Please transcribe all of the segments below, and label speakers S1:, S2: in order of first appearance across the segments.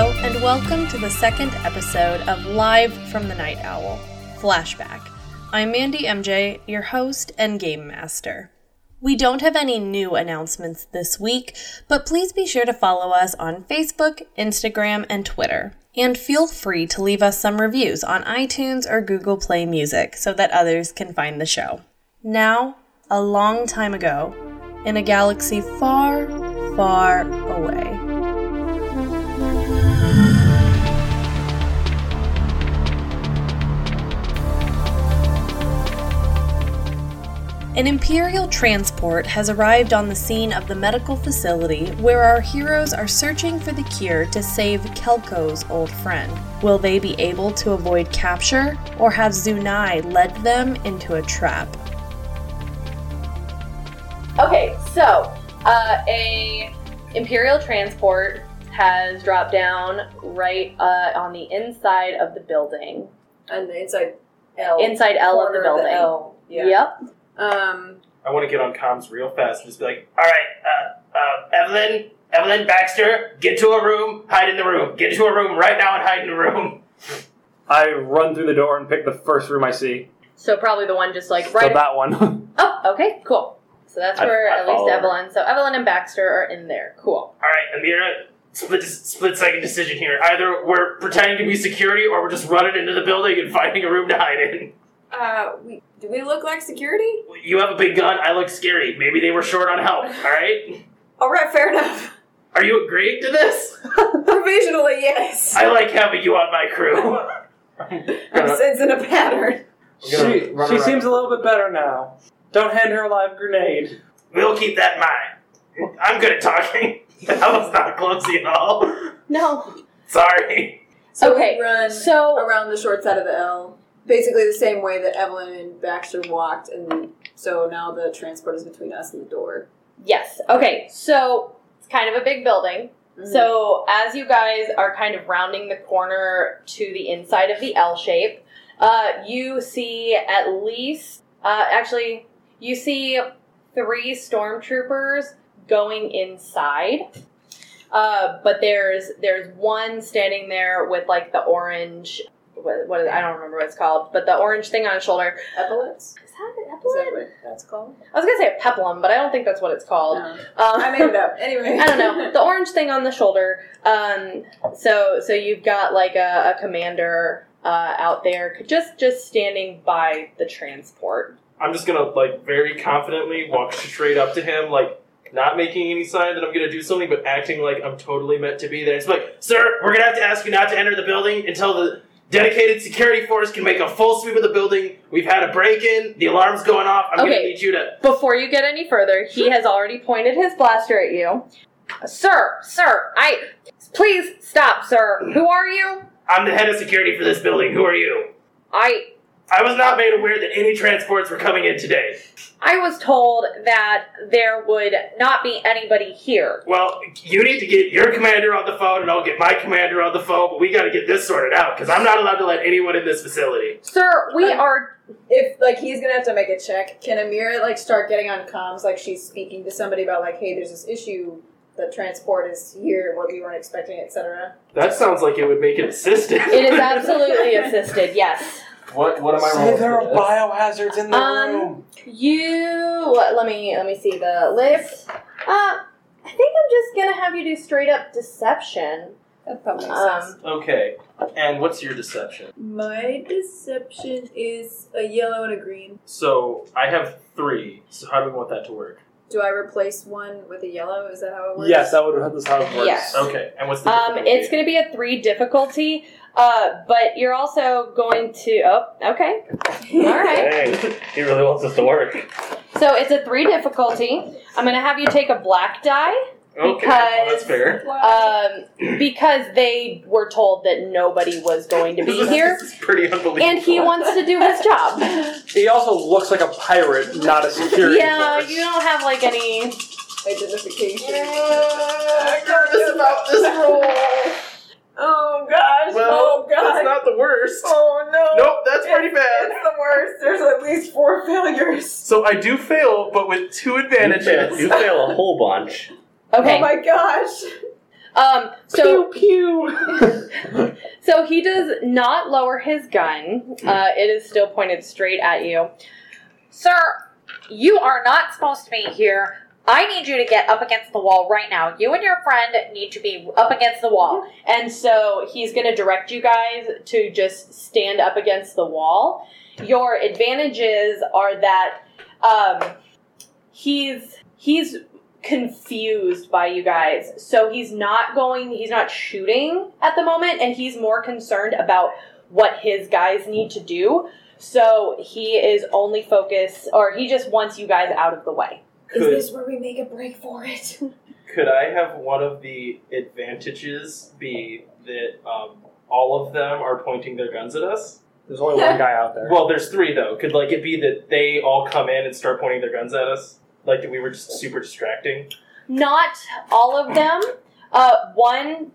S1: Welcome to the second episode of Live from the Night Owl Flashback. I'm Mandy MJ, your host and game master. We don't have any new announcements this week, but please be sure to follow us on Facebook, Instagram, and Twitter. And feel free to leave us some reviews on iTunes or Google Play Music so that others can find the show. Now, a long time ago, in a galaxy far, far away. An Imperial transport has arrived on the scene of the medical facility where our heroes are searching for the cure to save Kelko's old friend. Will they be able to avoid capture, or have Zunai led them into a trap?
S2: Okay, so uh, a imperial transport has dropped down right uh, on the inside of the building,
S3: And the inside L.
S2: inside L of the
S3: corner
S2: building.
S3: L. Yeah.
S2: Yep.
S3: Um,
S4: I want to get on comms real fast and just be like, all right, uh, uh, Evelyn, Evelyn Baxter, get to a room, hide in the room. Get to a room right now and hide in the room.
S5: I run through the door and pick the first room I see.
S2: So probably the one just like
S5: So
S2: right.
S5: that one.
S2: oh, okay, cool. So that's
S5: I-
S2: where
S5: I
S2: at least
S5: follow her.
S2: Evelyn. So Evelyn and Baxter are in there. Cool.
S4: All right, Amira, split split second decision here. Either we're pretending to be security or we're just running into the building and finding a room to hide in.
S3: uh, we, do we look like security?
S4: You have a big gun. I look scary. Maybe they were short on help. All right.
S3: All right, fair enough.
S4: Are you agreeing to this?
S3: Provisionally, yes.
S4: I like having you on my crew.
S3: I'm sensing a pattern.
S5: She, she seems a little bit better now. Don't hand her a live grenade.
S4: We'll keep that in mind. I'm good at talking. That was not clumsy at all.
S2: No.
S4: Sorry.
S3: So
S2: Okay,
S3: we run
S2: So
S3: around the short side of the L, basically the same way that Evelyn and Baxter walked, and so now the transport is between us and the door.
S2: yes. Okay. So it's kind of a big building.
S3: Mm-hmm.
S2: So as you guys are kind of rounding the corner to the inside of the L shape, uh, you see at least, uh, actually, you see three stormtroopers going inside. Uh, but there's there's one standing there with like the orange. What, what is, I don't remember what it's called, but the orange thing on his shoulder.
S3: epaulets.
S2: Is that an
S3: Is that
S2: epaulette?
S3: what that's called?
S2: I was gonna say a peplum, but I don't think that's what it's called.
S3: No.
S2: Um,
S3: I made it up. Anyway,
S2: I don't know. The orange thing on the shoulder. Um, so so you've got like a, a commander uh, out there, just just standing by the transport.
S4: I'm just gonna like very confidently walk straight up to him, like not making any sign that I'm gonna do something, but acting like I'm totally meant to be there. It's like, sir, we're gonna have to ask you not to enter the building until the dedicated security force can make a full sweep of the building. We've had a break-in. The alarm's going off. I'm
S2: Okay.
S4: gonna need you to.
S2: Before you get any further, he has already pointed his blaster at you, sir. Sir, I please stop, sir. Who are you?
S4: I'm the head of security for this building. Who are you?
S2: I
S4: I was not made aware that any transports were coming in today.
S2: I was told that there would not be anybody here.
S4: Well, you need to get your commander on the phone, and I'll get my commander on the phone. But we got to get this sorted out because I'm not allowed to let anyone in this facility.
S2: Sir, we are.
S3: if like he's gonna have to make a check, can Amira like start getting on comms like she's speaking to somebody about like, hey, there's this issue that transport is here, what we weren't expecting, etc.
S4: That sounds like it would make it assisted.
S2: It is absolutely assisted. Yes.
S6: What what am I
S5: Say
S6: rolling?
S5: there
S6: for
S5: are
S6: this?
S5: biohazards in the
S2: Um,
S5: room.
S2: You let me let me see the list. Uh, I think I'm just gonna have you do straight up deception.
S3: That probably makes sense.
S2: Um,
S6: okay. And what's your deception?
S3: My deception is a yellow and a green.
S6: So I have three. So how do we want that to work?
S3: Do I replace one with a yellow? Is that how it works?
S5: Yes, that would have this how it works.
S2: Yes.
S6: Okay. And what's the
S2: um,
S6: difficulty?
S2: it's gonna be a three difficulty. Uh, but you're also going to oh okay all right.
S4: he really wants us to work.
S2: So it's a three difficulty. I'm gonna have you take a black die
S6: okay. well,
S2: because-
S6: that's fair.
S3: Uh,
S2: um, because they were told that nobody was going to be here,
S4: This is pretty unbelievable.
S2: and he wants to do his job.
S5: He also looks like a pirate, not a security.
S2: Yeah,
S5: force.
S2: you don't have like any
S3: Identification.
S4: I'm nervous about this roll.
S3: Oh gosh.
S4: Well,
S3: oh god.
S4: that's not the worst.
S3: oh no.
S4: Nope, that's pretty bad.
S3: It's the worst. There's at least four failures.
S4: So I do fail, but with two advantages.
S6: fail a whole bunch.
S2: okay.
S3: Oh my gosh.
S2: Um, so
S5: pew pew.
S2: so he does not lower his gun. Uh, it is still pointed straight at you.
S7: Sir, you are not supposed to be here. I need you to get up against the wall right now. You and your friend need to be up against the wall.
S2: And so he's going to direct you guys to just stand up against the wall. Your advantages are that um, he's he's confused by you guys. So he's not going he's not shooting at the moment and he's more concerned about what his guys need to do. So he is only focused or he just wants you guys out of the way.
S3: Is
S4: Could
S3: this where we make a break for it?
S4: could I have one of the advantages be that um, all of them are pointing their guns at us?
S8: There's only one guy out there.
S4: Well, there's three though. Could like it be that they all come in and start pointing their guns at us? Like that we were just super distracting.
S2: Not all of them. Uh, one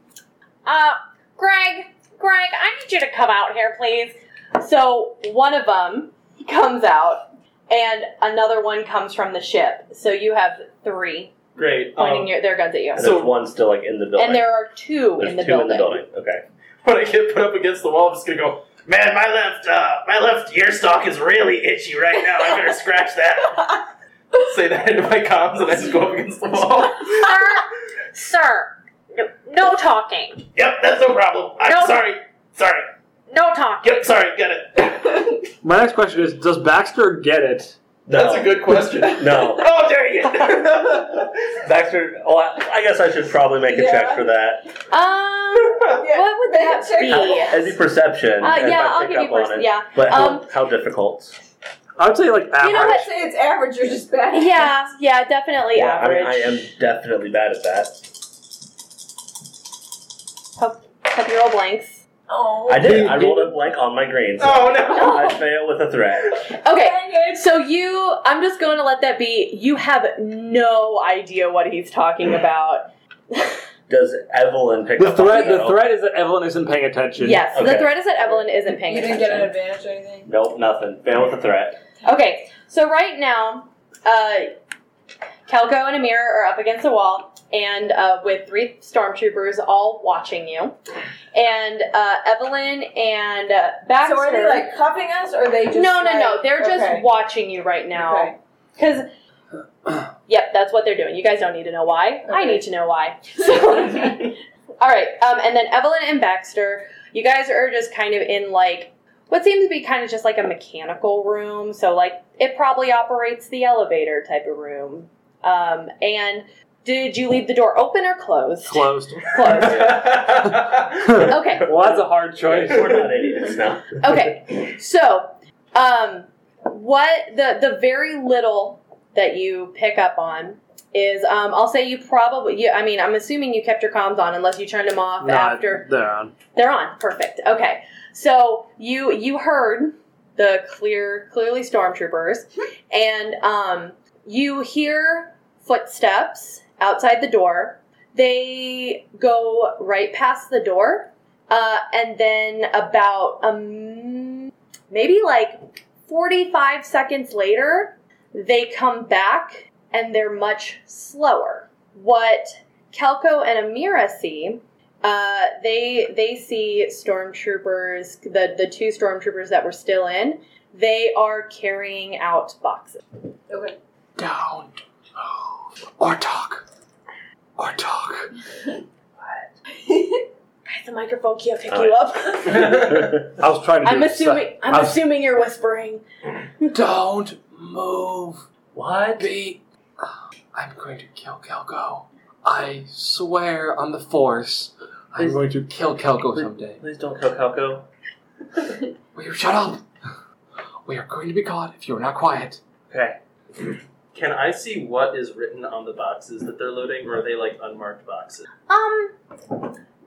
S7: Uh, Greg, Greg, I need you to come out here, please.
S2: So one of them comes out, and another one comes from the ship. So you have three
S4: Great.
S2: pointing
S4: Um,
S2: your, their guns at you,
S9: And
S4: So-
S9: there's one still like in the building.
S2: and there are two
S9: There's
S2: in the
S9: two
S2: building.
S9: in the building. Okay.
S4: when I get put up against the wall, I'm just gonna go. Man, my left, uh, my left ear stalk is really itchy right now. I better scratch that. Say that into my comms, and I just go up against the wall.
S7: Sir, sir, no, no talking.
S4: Yep, that's no problem. I'm
S7: No.
S4: sorry. Sorry.
S7: No talking.
S4: Yep, sorry. Got it.
S8: My next question is Does Baxter get it?
S9: No.
S4: That's a good question.
S9: No.
S4: Oh, dang it!
S9: Baxter, oh, I, I guess I should probably make a
S3: Yeah.
S9: check for that.
S2: Um, what would that
S3: Yeah, check.
S2: be?
S9: It'd be perception.
S2: Uh,
S9: if
S2: yeah,
S9: I
S2: I'll
S9: pick
S2: give you
S9: up on
S2: perce-
S9: it.
S2: yeah.
S9: But how,
S2: Um,
S9: how difficult?
S8: I would say, like, average.
S2: know what?
S3: say it's average, you're just bad.
S2: Yeah, yeah, definitely
S9: Yeah, I
S2: average.
S9: mean, I am definitely bad at that.
S2: Have your old blanks.
S3: Oh.
S9: I did.
S8: You
S9: I rolled a blank on my green. so
S4: Oh no!
S9: I fail with a threat.
S2: Okay,
S3: Dang it.
S2: so you, I'm just going to let that be. You have no idea what he's talking about.
S9: Does Evelyn pick
S8: The
S9: up on
S8: threat,
S9: it,
S8: the
S9: though?
S8: threat is that Evelyn isn't paying attention.
S2: Yes, the
S9: Okay.
S2: threat is that Evelyn isn't paying
S3: You didn't
S2: attention.
S3: get an advantage or anything?
S9: Nope, nothing. Fail with a threat.
S2: Okay, so right now, uh, Kelko and Amir are up against the wall, and uh, with three stormtroopers all watching you, and uh, Evelyn and uh, Baxter.
S3: So are they like cuffing us or are they just
S2: no, no,
S3: like-
S2: no. They're just
S3: Okay.
S2: watching you right now
S3: Okay.
S2: because. Yep, that's what they're doing. You guys don't need to know why. I
S3: Okay.
S2: need to know why. So, all right, um, and then Evelyn and Baxter, you guys are just kind of in like what seems to be kind of just like a mechanical room. So like it probably operates the elevator type of room. Um, and did you leave the door open or closed?
S8: Closed.
S2: Closed. Okay.
S8: Well, that's a hard choice.
S9: We're not idiots now.
S2: Okay, so um, what the the very little that you pick up on is um, I'll say you probably you, I mean I'm assuming you kept your comms on unless you turned them off
S8: No,
S2: after
S8: they're on.
S2: they're on perfect okay so you you heard the clear clearly stormtroopers and um, you hear footsteps outside the door they go right past the door uh, and then about um, maybe like 45 seconds later they come back and they're much slower what kelko and amira see uh, they they see stormtroopers the the two stormtroopers that were still in they are carrying out boxes
S3: Okay.
S5: Down. Or talk. Or talk.
S2: Guys, the microphone can't pick
S9: Oh,
S2: you up
S8: I was trying to do
S2: i'm
S8: a se-
S2: assuming i'm
S8: I've-
S2: assuming you're whispering
S5: Don't move.
S9: what?
S5: Be. I'm going to kill Kelko. I swear on the Force. I'm
S9: Please-
S5: going to kill Kelko someday.
S9: Please don't kill Calco.
S5: Will you shut up? We are going to be caught if you're not quiet.
S9: Okay.
S4: Can I see what is written on the boxes that they're loading, or are they like unmarked boxes?
S2: Um,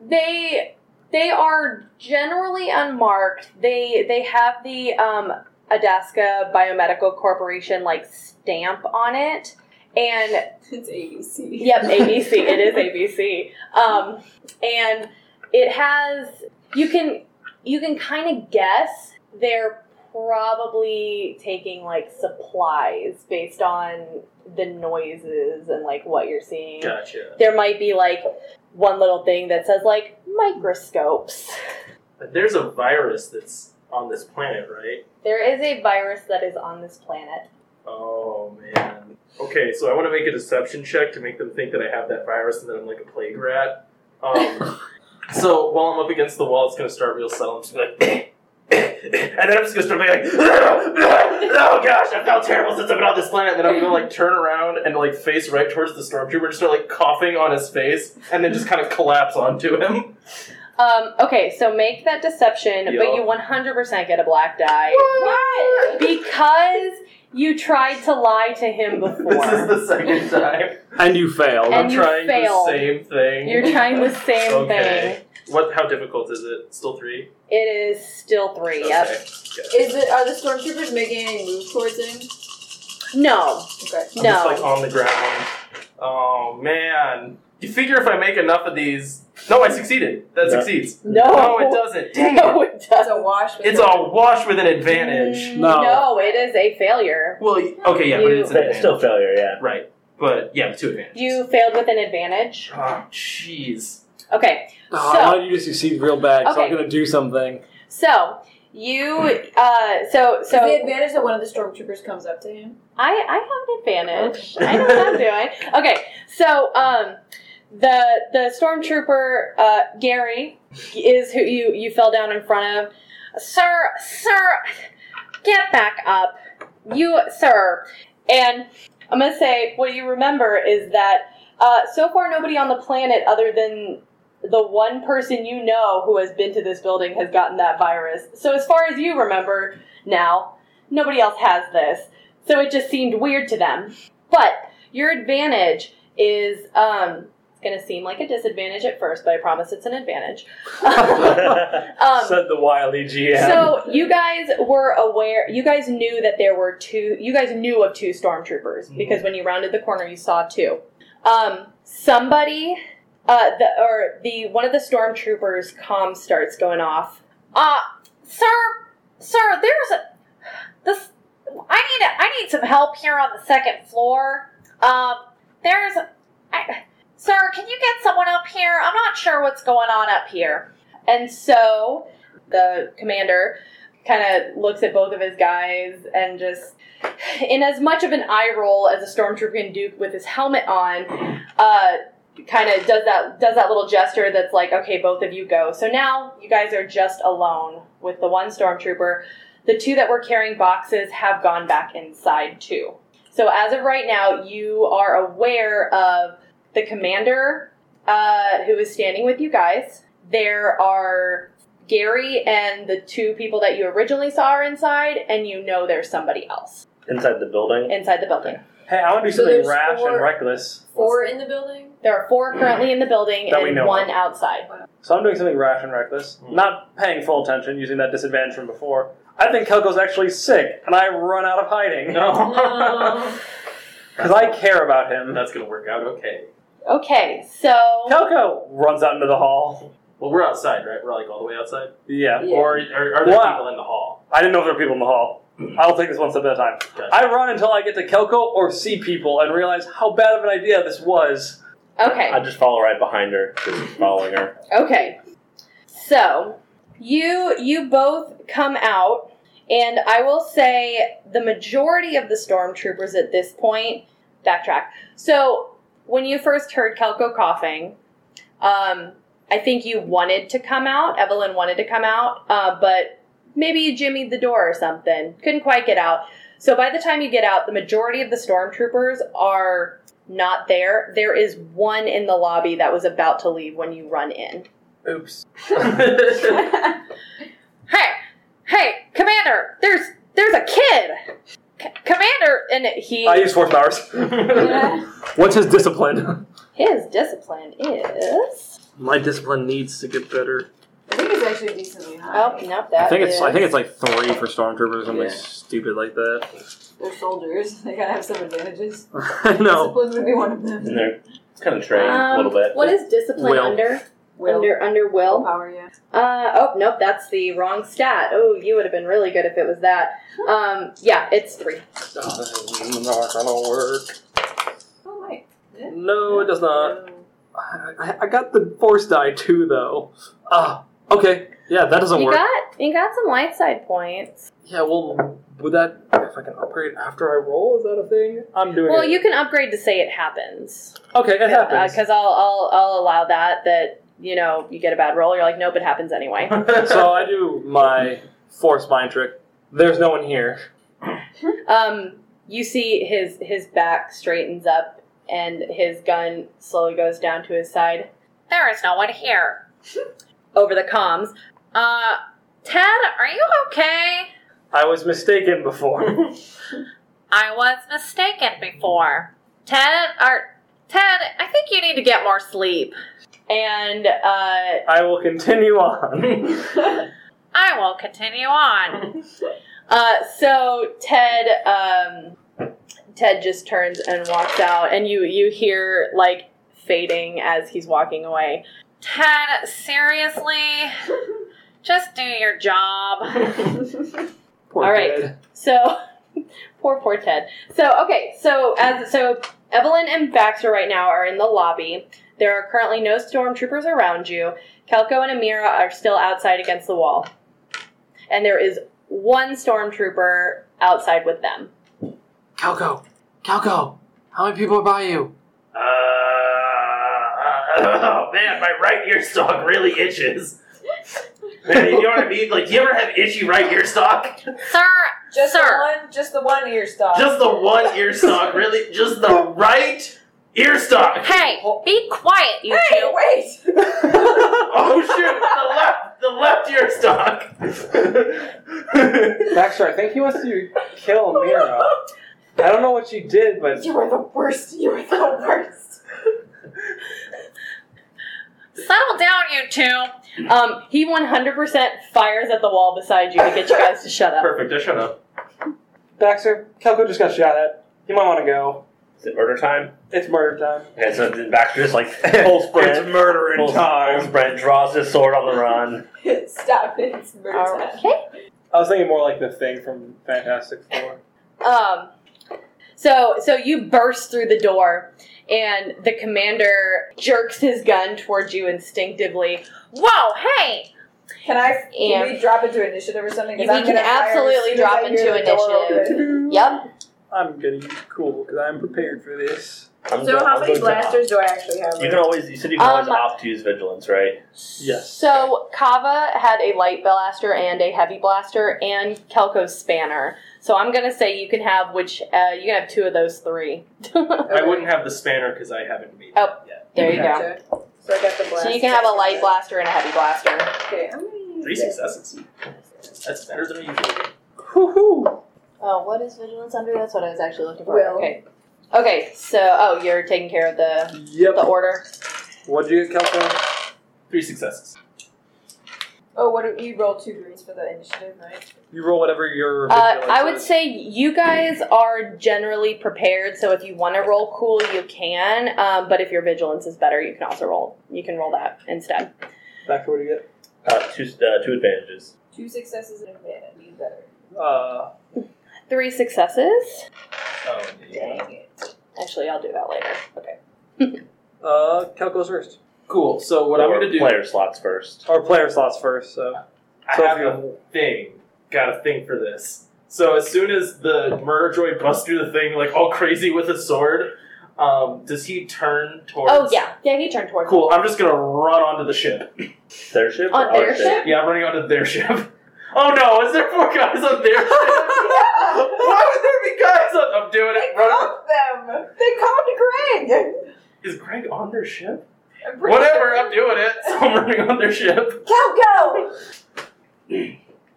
S2: they they are generally unmarked. They they have the um, Adaska Biomedical Corporation like stamp on it, and
S3: It's ABC.
S2: yep, ABC. it is ABC. Um, and it has you can you can kind of guess they're probably taking like supplies based on the noises and like what you're seeing
S4: Gotcha.
S2: there might be like one little thing that says like microscopes.
S4: But there's a virus that's on this planet, right?
S2: There is a virus that is on this planet.
S4: Oh man. Okay, so I want to make a deception check to make them think that I have that virus and that I'm like a plague rat. Um, so while I'm up against the wall, it's gonna start real subtle. I'm just gonna be like, and then I'm just gonna start being like, oh gosh, I felt terrible since I've been on this planet. And then I'm gonna like turn around and like face right towards the stormtrooper, just start like coughing on his face, and then just kind of collapse onto him.
S2: Um, okay, so make that deception, but
S4: Yeah.
S2: you 100% get a black die. What? Because you tried to lie to him
S4: This is
S2: before.
S4: the second time.
S10: And you failed.
S2: And
S4: I'm
S2: you
S4: trying
S2: failed.
S4: the same thing.
S2: You're trying the same
S4: Okay.
S2: thing.
S4: What? How difficult is it? Still three.
S2: It is still three. Yep.
S3: Is it? Are the stormtroopers making any move towards him?
S2: No,
S3: Okay.
S4: I'm
S2: no.
S4: Just like on the ground. Oh man! You figure if I make enough of these? No, I succeeded. That
S5: No.
S4: succeeds.
S2: no.
S4: No, it doesn't. Dang
S2: No,
S4: it!
S2: it
S3: It's
S2: doesn't.
S3: a wash.
S4: It's a wash with an advantage.
S10: No.
S2: No, it is a failure.
S4: Well, y- okay, yeah, but it's an
S5: Fa-
S4: advantage.
S5: Still failure, yeah.
S4: right. But yeah, two advantages.
S2: You failed with an advantage.
S4: Oh, jeez.
S2: Okay,
S10: Oh,
S2: So-
S10: I wanted you to succeed real bad, so I'm
S2: Okay.
S10: gonna do something.
S2: So you, uh, so
S3: So the
S2: so
S3: advantage that one of the stormtroopers comes up to him.
S2: I I have an advantage. I know what I'm doing. Okay, so um, the the stormtrooper uh, Gary is who you you fell down in front of, sir, sir, get back up, you sir, and I'm gonna say what you remember is that uh, so far nobody on the planet other than the one person you know who has been to this building has gotten that virus. So as far as you remember now, nobody else has this. So it just seemed weird to them. But your advantage is um it's gonna seem like a disadvantage at first, but I promise it's an advantage. Um,
S5: Said the wily GM.
S2: so you guys were aware. You guys knew that there were two. You guys knew of two stormtroopers because when you rounded the corner, you saw two. Um, somebody, uh, the or the one of the stormtroopers' comm starts going off.
S11: Uh, sir, sir, there's a this. I need I need some help here on the second floor. Um, there's, a- I, sir, can you get someone up here? I'm not sure what's going on up here.
S2: And so the commander kind of looks at both of his guys and just, in as much of an eye roll as a stormtrooper can do with his helmet on, uh, kind of does that does that little gesture that's like, okay, both of you go. So now you guys are just alone with the one stormtrooper. The two that were carrying boxes have gone back inside too. So as of right now, you are aware of the commander uh, who is standing with you guys. There are Gary and the two people that you originally saw are inside, and you know there's somebody else
S5: Inside the building.
S2: inside the building.
S5: Hey, I want to do
S3: So
S5: something
S3: there's
S5: rash
S3: four-
S5: and reckless.
S3: Four in the building.
S2: There are four currently in the building
S5: That we
S2: and
S5: know
S2: one
S5: of.
S2: outside.
S5: So I'm doing something rash and reckless, not paying full attention, using that disadvantage from before. I think Kelko's actually sick, and I run out of hiding.
S4: No.
S5: Because I care about him.
S4: That's gonna work out okay.
S2: Okay, so
S5: Kelko runs out into the hall.
S4: Well, we're outside, right? We're like all the way outside.
S5: Yeah.
S3: Yeah.
S4: Or are, are there
S5: Wow.
S4: people in the hall?
S5: I didn't know if there were people in the hall. I'll take this one step at a time.
S4: Gotcha.
S5: I run until I get to Kelko or see people and realize how bad of an idea this was.
S2: okay,
S5: I just follow right behind her, just following her.
S2: okay, so you you both come out, and I will say the majority of the stormtroopers at this point backtrack. So when you first heard Kelko coughing, um, I think you wanted to come out. Evelyn wanted to come out, uh, but maybe you jimmied the door or something. Couldn't quite get out. So by the time you get out, the majority of the stormtroopers are not there. There is one in the lobby that was about to leave when you run in.
S10: Oops.
S11: Hey, hey, commander, there's there's a kid. C- commander,
S2: And he
S10: I use force powers. What's his discipline?
S2: his discipline is
S10: My discipline needs to get better.
S3: I think it's actually decently high.
S2: oh nope that
S10: I think it's I
S2: is-
S10: think it's like three for stormtroopers or something
S4: Yeah.
S10: stupid like that.
S3: They're soldiers. They gotta have some advantages.
S10: I know.
S3: Discipline would be one of them.
S5: And they're kind of trained a
S2: Um,
S5: little bit.
S2: What is discipline
S10: Will.
S2: under?
S3: Will.
S2: Under under will.
S3: Power, yeah.
S2: Uh, oh, nope, that's the wrong stat. Oh, you would have been really good if it was that. Um, yeah, it's three.
S10: Oh, this is not gonna work.
S3: Oh, my.
S5: Uh,
S10: No, it does not. I, I- I got the force die too, though. Ah, okay. Yeah, that doesn't
S2: You
S10: work.
S2: got you got some light side points.
S10: yeah, well, would that if I can upgrade after I roll? Is that a thing? I'm doing
S2: Well,
S10: it.
S2: you can upgrade to say it happens
S10: okay, it happens.
S2: because Uh, I'll, I'll I'll allow that that you know you get a bad roll. You're like, nope, it happens anyway.
S10: so I do my force mind trick. There's no one here.
S2: Um, you see his his back straightens up and his gun slowly goes down to his side
S11: There is no one here.
S2: over the comms.
S11: Uh, Ted, are you okay?
S5: I was mistaken before.
S11: I was mistaken before. Ted, are Ted? I think you need to get more sleep.
S2: And uh,
S5: I will continue on.
S11: I will continue on.
S2: uh, so Ted um, Ted just turns and walks out, and you you hear like fading as he's walking away.
S11: Ted, seriously, just do your job.
S10: Poor
S2: All right.
S10: kid.
S2: So poor poor Ted. So okay, so as so Evelyn and Baxter right now are in the lobby. There are currently no stormtroopers around you. Kelko and Amira are still outside against the wall. And there is one stormtrooper outside with them.
S10: Calco, Calco, how many people are by you?
S4: Uh, oh man, my right ear stalk really itches. Man, you know what I mean? Like, do you ever have itchy right ear stalk?
S11: Sir,
S3: Just
S11: sir,
S3: the one, just the one ear stop.
S4: Just the one ear stalk, really? Just the right ear stalk.
S11: hey, be quiet, you
S3: hey,
S11: two.
S3: wait!
S4: Oh shoot, the left, the left ear stalk.
S5: Baxter, I think he wants to kill Mira. I don't know what she did, but
S3: You are the worst. You are the worst.
S11: Settle down, you two.
S2: Um, he 100% fires at the wall beside you to get you guys to shut up.
S4: Perfect, I shut up.
S5: Baxter, Kelko just got shot at. You might want to go.
S9: Is it murder time?
S5: It's murder time.
S9: And so then Baxter just like full sprint.
S5: murder
S9: Full, full sprint, draws his sword on the run.
S3: Stop it. It's murder
S2: All
S3: time.
S2: right.
S5: I was thinking more like the thing from Fantastic Four.
S2: Um, so so you burst through the door, and the commander jerks his gun towards you instinctively.
S11: Whoa, hey,
S3: Can I? Can
S2: Yeah.
S3: we drop into initiative or something? 'Cause
S2: We
S3: I'm
S2: can
S3: gonna fire as
S2: absolutely
S3: soon as
S2: drop
S3: I hear
S2: into
S3: the door
S2: initiative.
S3: open.
S2: Yep.
S5: I'm gonna be cool because I'm prepared for this.
S9: I'm
S3: So
S9: go-
S3: how
S9: I'm
S3: many
S9: going to opt.
S3: blasters do I actually have?
S9: You can always. You said you can always
S2: Um,
S9: opt to use vigilance, right?
S5: Yes.
S2: So Kava had a light blaster and a heavy blaster and Kelko's spanner. So I'm gonna say you can have which uh, you can have two of those three.
S3: Okay.
S4: I wouldn't have the spanner because I haven't made it
S2: Oh.
S4: yet.
S2: There you go.
S3: Gotcha. So I got the blast.
S2: So you can have a light blaster and a heavy blaster.
S3: Okay, I'm gonna use
S4: Three
S3: this.
S4: successes. That's better than I usually do.
S5: Woohoo!
S2: Oh, what is vigilance under? That's what I was actually looking for.
S3: Will.
S2: Okay. Okay. So oh, you're taking care of the
S5: Yep.
S2: the order.
S5: What'd you get, Kelko?
S4: Three successes.
S3: Oh, what? do- You roll two greens for the initiative, right?
S5: You roll whatever your.
S2: Uh,
S5: vigilance
S2: I would
S5: is.
S2: say you guys are generally prepared, so if you want to roll cool, you can. Um, but if your vigilance is better, you can also roll. You can roll that instead.
S5: Baxter, what do you
S9: Uh, two uh, two advantages.
S3: Two successes and advantage. You better.
S5: get? Uh,
S2: Three successes.
S4: Oh, yeah.
S3: Dang it.
S2: Actually, I'll do that later. Okay.
S5: uh, Kelko's first.
S4: Cool. So what I'm
S9: Or
S4: gonna do?
S9: Player slots first.
S5: Or player slots first, so.
S4: I
S5: So if
S4: have
S5: you-
S4: a thing. Got a thing for this. So as soon as the murder droid busts through the thing, like all crazy with his sword, um, does he turn towards?
S2: Oh yeah, yeah. He turned towards.
S4: Cool. I'm just gonna run onto the ship.
S9: Their ship.
S2: On
S9: or
S2: their
S9: our
S2: ship?
S4: Yeah, I'm running onto their ship. Oh no! Is there four guys on their ship? Why would there be guys on? I'm doing
S3: They
S4: it. Run.
S3: called them. They called Greg.
S4: Is Greg on their ship?
S3: I'm pretty
S4: Whatever.
S3: sure.
S4: I'm doing it. So I'm running on their ship.
S3: Calco.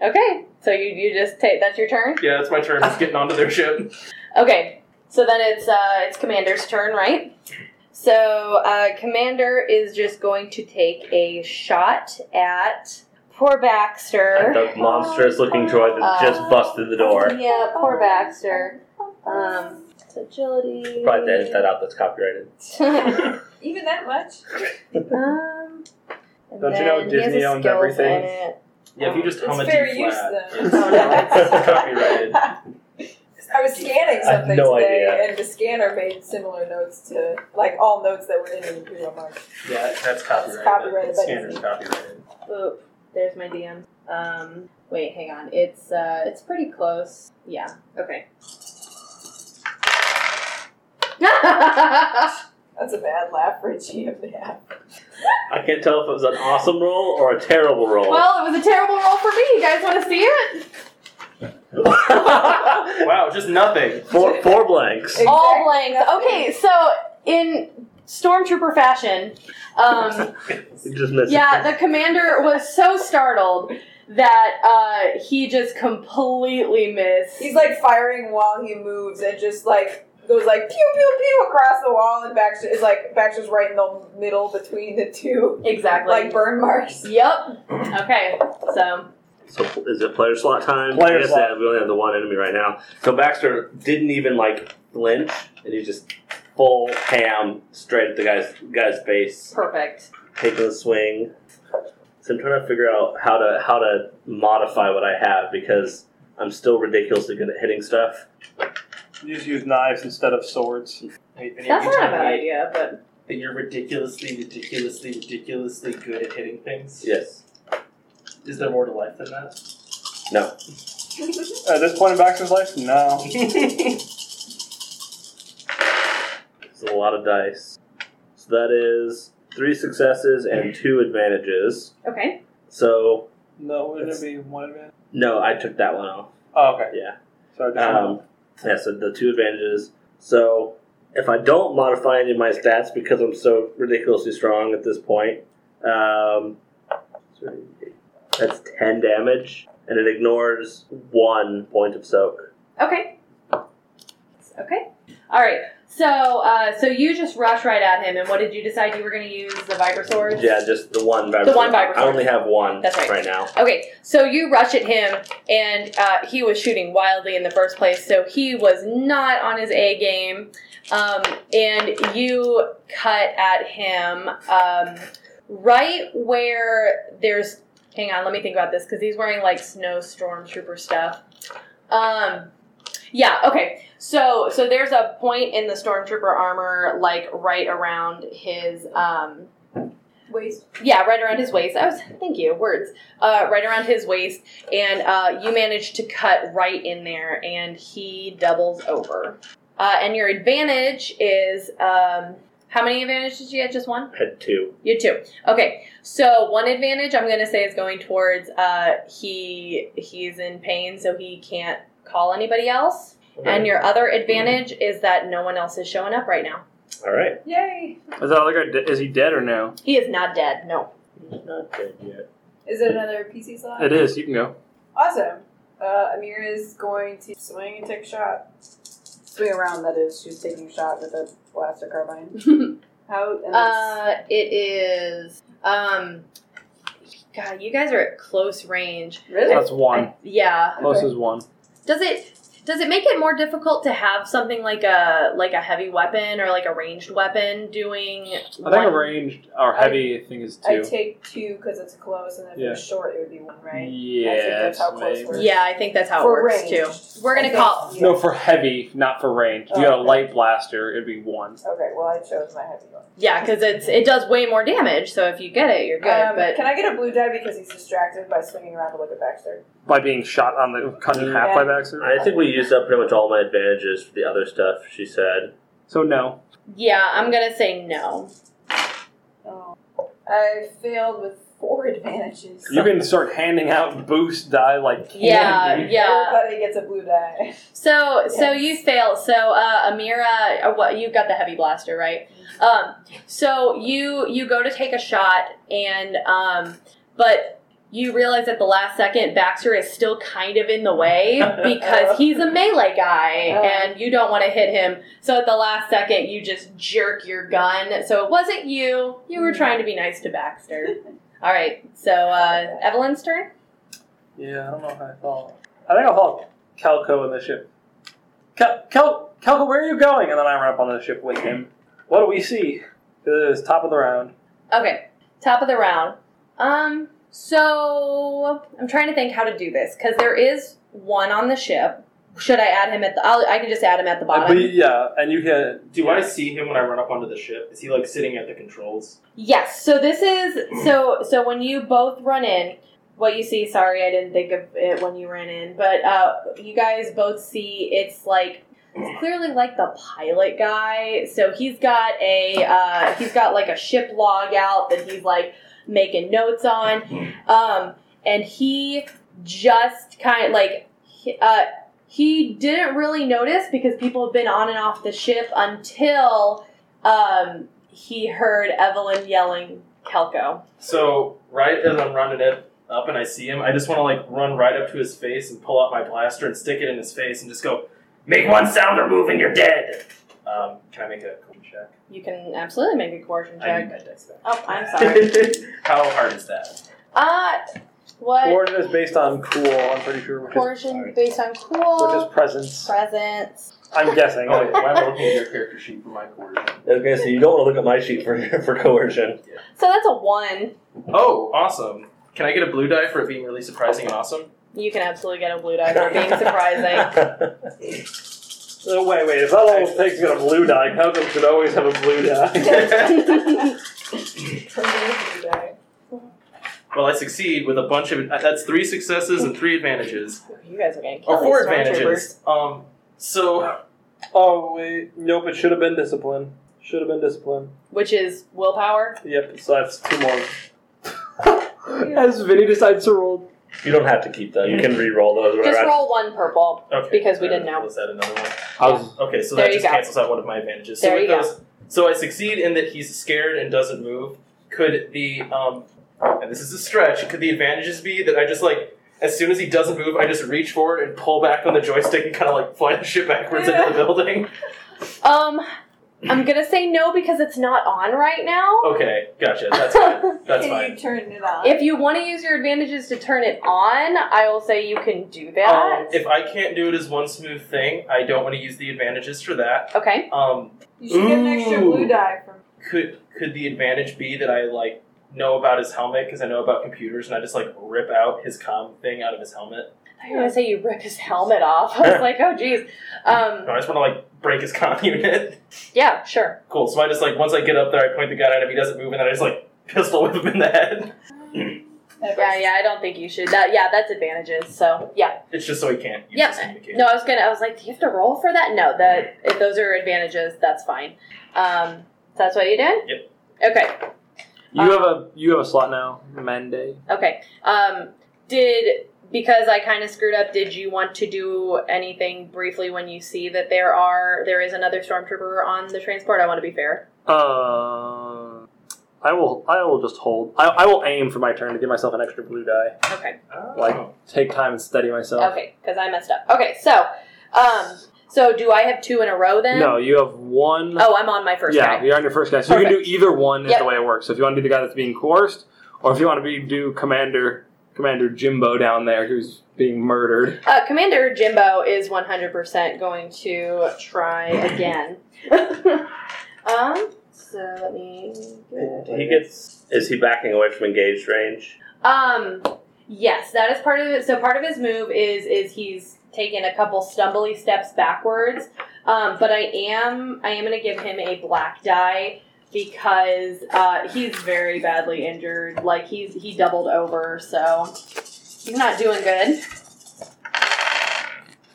S2: Okay. So you you just take that's your turn.
S4: Yeah, that's my turn. Just getting onto their ship.
S2: Okay, so then it's uh, it's Commander's turn, right? So uh, Commander is just going to take a shot at poor
S9: At
S2: Baxter.
S9: the monstrous looking droid that
S2: Uh, um,
S9: just busted the door.
S2: Yeah, poor Baxter. Um, it's agility.
S9: Probably have to edit that out. That's copyrighted.
S3: Even that much?
S2: um, and
S5: Don't you know
S2: then he has
S5: Disney
S2: a
S5: owns
S2: skills
S5: everything?
S2: in it.
S4: Yeah, if
S2: Um,
S4: you just hum
S3: It's
S4: a
S3: fair
S4: D
S3: use
S4: flat,
S3: then.
S4: it's
S2: Oh, no,
S9: it's-
S4: copyrighted.
S3: I was scanning something
S9: no
S3: today,
S9: idea.
S3: and the scanner made similar notes to like all notes that were in the Imperial March.
S4: Yeah, that's copyrighted.
S3: copyrighted, but-
S4: Scanner's copyrighted.
S2: Oop, there's my DM. Um, wait, hang on. It's uh, it's pretty close. Yeah. Okay.
S3: That's a bad laugh for a GM to have.
S9: I can't tell if it was an awesome roll or a terrible roll.
S2: well, it was a terrible roll for me. You guys want to see it?
S4: Wow, just nothing.
S9: four, four blanks.
S2: All
S3: Exactly.
S2: blanks. Okay, so in stormtrooper fashion, um,
S9: You just missed
S2: yeah, the commander was so startled that uh, he just completely missed.
S3: He's like firing while he moves and just like goes like pew pew pew across the wall and Baxter is like Baxter's right in the middle between the two
S2: exactly.
S3: like burn marks.
S2: yep. Okay. So
S9: So is it player slot time?
S5: Player
S9: I guess
S5: slot.
S9: that- we only have the one enemy right now. So Baxter didn't even like flinch, and he just full ham straight at the guy's guy's face,
S2: perfect.
S9: taking a swing. So I'm trying to figure out how to how to modify what I have because I'm still ridiculously good at hitting stuff.
S5: You just use knives instead of swords.
S2: That's not a bad idea, but.
S4: That you're ridiculously, ridiculously, ridiculously good at hitting things.
S9: Yes.
S4: Is there more to life than that?
S5: At this point in Baxter's life, no.
S9: It's a lot of dice. So that is three successes and two advantages.
S2: Okay.
S9: So
S5: No, would it be one advantage?
S9: no, I took that one off.
S5: Oh, okay.
S9: Yeah.
S5: Sorry. just-
S9: Um, yeah, so the two advantages. So if I don't modify any of my stats because I'm so ridiculously strong at this point, um, that's 10 damage, and it ignores one point of soak.
S2: Okay. Okay. All right. So, uh, so you just rush right at him, and what did you decide you were going to use the viper sword?
S9: Yeah, just the one vibratory.
S2: The one vibratory.
S9: I only have one
S2: That's right.
S9: now.
S2: Okay. So you rush at him, and uh, he was shooting wildly in the first place, so he was not on his A game. Um, and you cut at him um, right where there's. Hang on, let me think about this because he's wearing like snow stormtrooper stuff. Um, yeah. Okay. So so there's a point in the stormtrooper armor, like right around his um waist. Yeah, right around his waist. I was thank you, words. Uh right around his waist, and uh you manage to cut right in there and he doubles over. Uh and your advantage is um how many advantages did you get? Just one?
S9: Had two.
S2: You too. Okay, so one advantage I'm gonna say is going towards uh he he's in pain, so he can't call anybody else. And your other advantage is that no one else is showing up right now.
S9: All right.
S3: Yay!
S5: Is that other guy de- is he dead or no?
S2: He is not dead. No.
S9: Not dead yet.
S3: Is it another PC slot?
S5: It is. You can go.
S3: Awesome. Uh, Amir is going to swing and take a shot. Swing around, that is. She's taking a shot with a blaster carbine. How? And that's-
S2: uh, it is. Um, God, you guys are at close range.
S3: really?
S5: That's one.
S2: I- yeah.
S5: Close is one.
S2: Does it? Does it make it more difficult to have something like a like a heavy weapon or like a ranged weapon doing?
S5: I think a ranged or heavy thing is
S3: I
S5: two.
S3: take two because it's close, and if
S5: Yeah. Mm.
S3: it's short, it would be one, right?
S5: Yeah.
S3: I think that's how close we're-
S2: Yeah, I think that's how
S3: For
S2: it works
S3: ranged.
S2: too. We're gonna
S3: Okay.
S2: call.
S3: Yeah.
S5: No, for heavy, not for range. If you got a
S3: Oh.
S5: light blaster, it'd be one.
S3: Okay, well, I chose my heavy one.
S2: Yeah, because it's it does way more damage. So if you get it, you're good.
S3: Um,
S2: but
S3: can I get a blue die because he's distracted by swinging around to look at Baxter?
S5: By being shot on the cut in half by Baxter.
S9: I think we used up pretty much all my advantages for the other stuff she said.
S5: So no.
S2: yeah, I'm gonna say no.
S3: Oh. I failed with four advantages.
S5: You can start handing out boost die like candy.
S2: Yeah, yeah.
S3: Everybody gets a blue die.
S2: So so
S3: Yes.
S2: you fail. So uh, Amira, uh, what you got the heavy blaster right? Um, so you you go to take a shot and um, but you realize at the last second Baxter is still kind of in the way because he's a melee guy
S3: Oh.
S2: and you don't want to hit him. So at the last second you just jerk your gun. So it wasn't you. You were trying to be nice to Baxter. All right. So uh, Evelyn's turn.
S5: Yeah, I don't know if I follow. I think I'll follow Calco in the ship. Cal, Cal, Calco, where are you going? And then I run up on the ship with him. What do we see? It is top of the round.
S2: Okay, top of the round. Um, so I'm trying to think how to do this because there is one on the ship Should I add him at the? I'll, I can just add him at the
S5: I
S2: bottom.
S5: believe, yeah, and you hit.
S4: Do I see him when I run up onto the ship? Is he like sitting at the controls?
S2: Yes. So this is so so when you both run in, what you see. Sorry, I didn't think of it when you ran in, but uh, you guys both see it's like it's clearly like the pilot guy. So he's got a uh, he's got like a ship log out that he's like making notes on, um, and he just kind of like. he- Uh, he didn't really notice because people have been on and off the ship until um, he heard Evelyn yelling Kelko.
S4: So right as I'm running it up and I see him, I just want to like run right up to his face and pull out my blaster and stick it in his face and just go, make one sound or move and you're dead. Um, can I make a coaching check?
S2: You can absolutely make a coercion
S4: I need
S2: check.
S4: my dex back.
S2: Oh, I'm sorry.
S4: How hard is that?
S2: uh, what
S5: Coordinate is based on cool, I'm pretty sure, which is,
S2: coercion based on
S5: which
S2: cool
S5: is presence.
S2: presence?
S5: I'm guessing.
S4: Oh, wait, why am I looking at your character sheet for my coercion?
S9: I was gonna say you don't want to look at my sheet for for coercion.
S2: So that's a one.
S4: Oh, awesome. Can I get a blue die for it being really surprising and awesome?
S2: You can absolutely get a blue die for being surprising.
S5: Oh, wait, wait, if that little pig's got a blue die, how come should always have a blue die?
S4: Well, I succeed with a bunch of uh, that's three successes and three advantages,
S2: you guys are gonna kill
S4: or four
S2: these Oh, stormtroopers.
S4: advantages. Um, so
S5: oh, wait, nope, it should have been discipline. Should have been discipline.
S2: Which is willpower.
S5: Yep, so that's two more. As Vinny decides to roll.
S9: you don't have to keep them. You can re-roll those.
S2: Just
S9: Whatever.
S2: roll one purple.
S4: okay, Uh,
S2: Because we didn't know.
S4: Was that another one?
S10: How's,
S4: Okay, so
S2: There
S4: that
S2: you
S4: just
S2: go.
S4: cancels out one of my advantages. So
S2: There
S4: with
S2: you go.
S4: those, so I succeed in that he's scared and doesn't move. Could the um, and this is a stretch. Could the advantages be that I just like as soon as he doesn't move, I just reach forward and pull back on the joystick and kind of like fly the ship backwards into the building?
S2: Um, I'm gonna say no because it's not on right now.
S4: Okay, gotcha. Oh, That's fine. That's
S3: Can
S4: fine.
S3: you turn it on?
S2: If you want to use your advantages to turn it on, I will say you can do that.
S4: Um, if I can't do it as one smooth thing, I don't want to use the advantages for that.
S2: okay.
S4: Um,
S3: you should get an extra
S4: Ooh.
S3: blue die from.
S4: could could the advantage be that I like know about his helmet because I know about computers and I just like rip out his com thing out of his helmet?
S2: I was gonna say you rip his helmet off. I was like, oh geez.
S4: No,
S2: Um,
S4: I just want to like break his com unit.
S2: yeah, sure.
S4: cool. So I just like once I get up there, I point the gun at him. He doesn't move, and then I just like pistol whip him in the head.
S2: Yeah, yeah. I don't think you should. That yeah, that's advantages. So yeah,
S4: It's just so he can't. Use
S2: Yep.
S4: his communication.
S2: no. I was gonna. I was like, do you have to roll for that? No, that if those are advantages, that's fine. Um, so that's what you did. Yep. Okay.
S5: You have a you have a slot now, Monday.
S2: Okay. Um, did because I kind of screwed up. Did you want to do anything briefly when you see that there are there is another stormtrooper on the transport? I want to be fair.
S5: Uh, I will I will just hold. I, I will aim for my turn to give myself an extra blue die.
S2: Okay.
S12: Oh.
S5: Like take time and steady myself.
S2: Okay, because I messed up. Okay, so, um, so do I have two in a row then?
S5: No, you have one.
S2: Oh, I'm on my first
S5: yeah,
S2: guy.
S5: you're on your first guy, so you can
S2: Perfect.
S5: do either one. Is
S2: Yep.
S5: the way it works. So if you want to be the guy that's being coerced, or if you want to be do Commander Commander Jimbo down there who's being murdered.
S2: Uh, Commander Jimbo is 100% going to try again. um, so let me.
S9: He gets. Is he backing away from engaged range?
S2: Um, yes, that is part of it. So part of his move is is he's taken a couple stumbly steps backwards. Um, but I am I am gonna give him a black die because uh, he's very badly injured. Like he's he doubled over, so he's not doing good.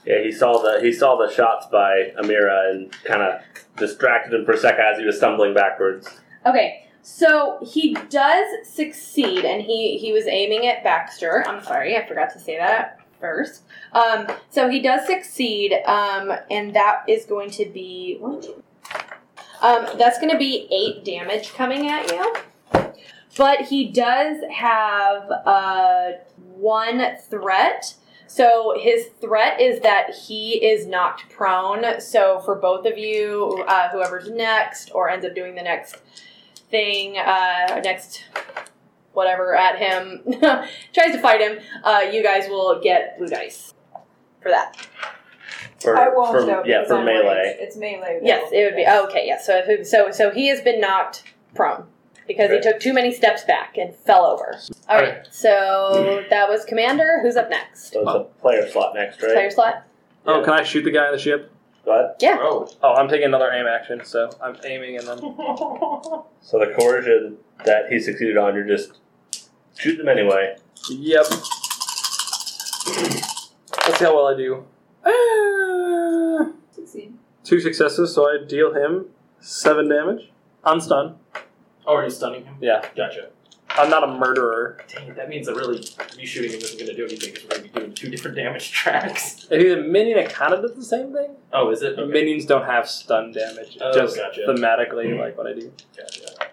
S9: Yeah, he saw the he saw the shots by Amira and kind of distracted him for a second as he was stumbling backwards.
S2: Okay, so he does succeed, and he he was aiming at Baxter. I'm sorry, I forgot to say that first. Um, so he does succeed, um, and that is going to be um, that's going to be eight damage coming at you. But he does have uh, one threat. So his threat is that he is knocked prone. So for both of you, uh, whoever's next or ends up doing the next thing, uh, next whatever at him, tries to fight him, uh, you guys will get blue dice for that.
S9: For,
S3: I won't
S9: for-
S3: though.
S9: yeah,
S3: because
S9: for
S3: I'm ranged.
S9: melee.
S3: It's melee. that
S2: Yes,
S3: will
S2: it would be
S3: best.
S2: okay. Yes, so if, so so he has been knocked prone because he
S9: Okay.
S2: took too many steps back and fell over. All right, so that was commander. Who's up next?
S9: So it's a player slot next, right?
S2: Player slot.
S5: Oh, can I shoot the guy in the ship?
S9: Go ahead.
S12: Oh,
S5: Oh, I'm taking another aim action, so I'm aiming and then.
S12: Oh,
S9: So the coercion that he succeeded on, you're just shoot them anyway.
S5: Yep. Let's see how well I do. Ah,
S3: Succeed.
S5: two successes, so I deal him seven damage. Unstunned.
S12: oh, are you stunning him?
S5: Yeah,
S12: Gotcha.
S5: I'm not a murderer.
S12: Dang it, that means that really you shooting him isn't going to do anything because we're going to be doing two different damage tracks.
S5: If he's a minion, it kind of does the same thing.
S12: Oh, is it? Okay.
S5: Minions don't have stun damage,
S12: Oh,
S5: just
S12: gotcha.
S5: thematically, like what I do.
S12: Gotcha.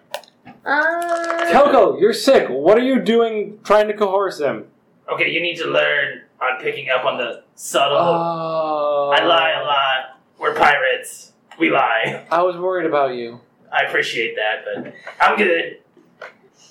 S5: Uh, Kelko, you're sick. What are you doing trying to coerce him?
S12: Okay, you need to learn on picking up on the subtle.
S5: Oh.
S12: I lie a lot. We're pirates. We lie.
S5: I was worried about you.
S12: I appreciate that, but I'm good.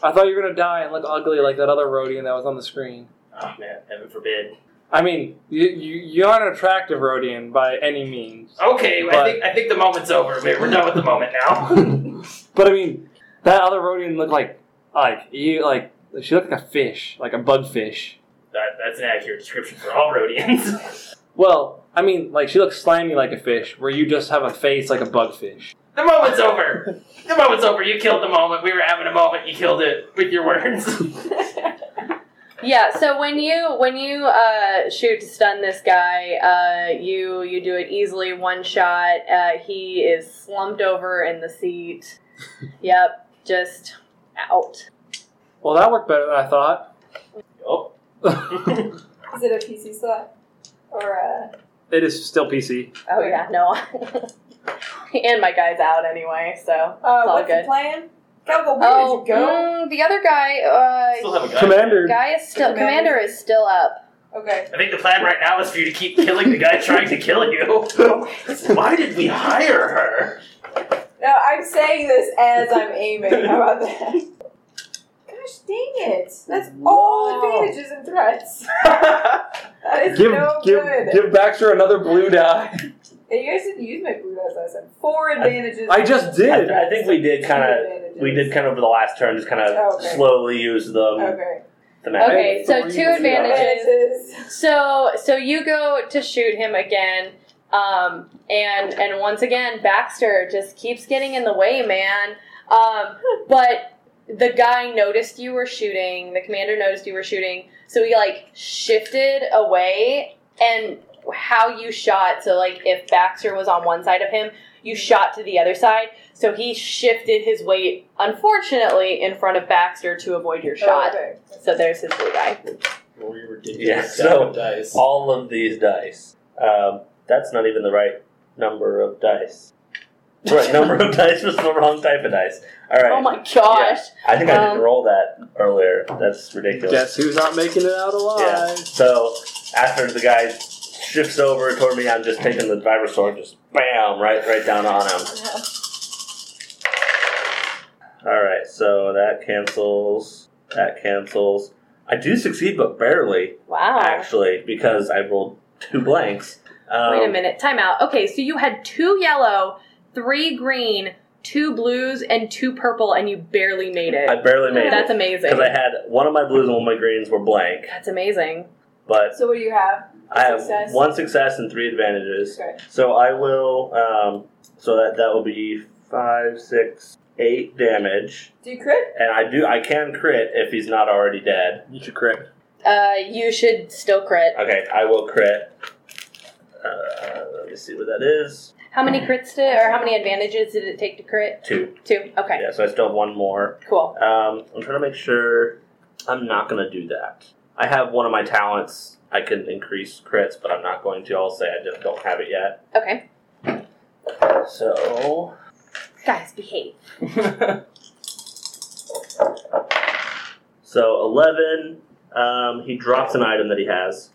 S5: I thought you were going to die and look ugly like that other Rodian that was on the screen.
S12: Oh man, heaven forbid.
S5: I mean, you, you, you aren't an attractive Rodian by any means.
S12: Okay,
S5: But-
S12: I think I think the moment's over. We're we're done with the moment now.
S5: But I mean, that other Rodian looked like, like, you, like, she looked like a fish, like a bugfish.
S12: that, that's an accurate description for all Rhodians.
S5: Well, I mean, like, she looks slimy like a fish, where you just have a face like a bugfish.
S12: The moment's over. The moment's over. You killed the moment. We were having a moment. You killed it with your words.
S2: Yeah, so when you when you uh, shoot to stun this guy, uh, you you do it easily, one shot. Uh, he is slumped over in the seat. yep, just out.
S5: Well, that worked better than I thought.
S12: oh.
S2: Oh.
S3: Is it a PC slot? Or uh, a.
S5: It is still PC.
S2: Oh yeah, no. and my guy's out anyway, so
S3: Uh,
S2: It's all
S3: what's the
S2: good.
S3: plan? Calco, where
S2: oh,
S3: did you go?
S2: mm, the other guy, uh,
S12: Still have a guy.
S5: Commander.
S2: guy is still
S3: Commander.
S2: commander is still up.
S3: Okay.
S12: I think the plan right now is for you to keep killing the guy trying to kill you. Why did we hire her?
S3: No, I'm saying this as I'm aiming. How about that? Gosh dang it! That's all
S5: Wow.
S3: advantages and threats. That is
S5: Give,
S3: no
S5: give,
S3: good.
S5: give Baxter another blue die.
S3: Yeah, you guys didn't use my blue dice last time. Four advantages.
S5: I just did.
S9: I, th- I think we did kind of. We did kind of over the last turn, just kind of
S3: Oh, okay.
S9: slowly use them
S3: Okay.
S9: thematically.
S2: Okay, so
S5: Three
S2: two
S5: guys.
S2: advantages.
S3: Advantages.
S2: So so you go to shoot him again, um, and and once again Baxter just keeps getting in the way, man. Um, but the guy noticed you were shooting. The commander noticed you were shooting, so he like shifted away and how you shot. So like if Baxter was on one side of him, you shot to the other side. So he shifted his weight, unfortunately, in front of Baxter to avoid your shot.
S3: Oh, Okay.
S2: So there's his blue guy.
S12: We were
S9: Yeah, so-
S12: dice.
S9: all of these dice. Um, that's not even the right number of dice. The right number of dice was the wrong type of dice. All right.
S2: Oh my gosh.
S9: I think I
S2: um,
S9: didn't roll that earlier. That's ridiculous.
S5: Guess who's not making it out
S9: Yeah.
S5: alive?
S9: So after the guy shifts over toward me, I'm just taking the driver's sword, just bam, right, right down on him. All right. So that cancels. That cancels. I do succeed, but barely
S2: Wow.
S9: actually, because I rolled two blanks. Um,
S2: Wait a minute. Time out. Okay, so you had two yellow, three green, two blues, and two purple, and you barely made it.
S9: I barely made
S2: That's
S9: it
S2: amazing.
S9: because I had one of my blues and one of my greens were blank,
S2: That's amazing.
S9: but
S3: So what do you have?
S9: I have
S3: Success.
S9: one success and three advantages.
S3: Okay.
S9: So I will. Um, so that that will be five, six, eight damage,
S3: Do you crit?
S9: and I do. I can crit if he's not already dead.
S5: You should crit.
S2: Uh, you should still crit.
S9: Okay, I will crit. Uh, let me see what that is.
S2: How many crits did or how many advantages did it take to crit?
S9: Two.
S2: Two. Okay,
S9: Yeah, so I still have one more.
S2: cool.
S9: Um, I'm trying to make sure I'm not going to do that. I have one of my talents. I can increase crits, but I'm not going to. I'll say I just don't have it yet.
S2: Okay.
S9: So
S2: Guys, behave.
S9: So eleven. Um, he drops an item that he has.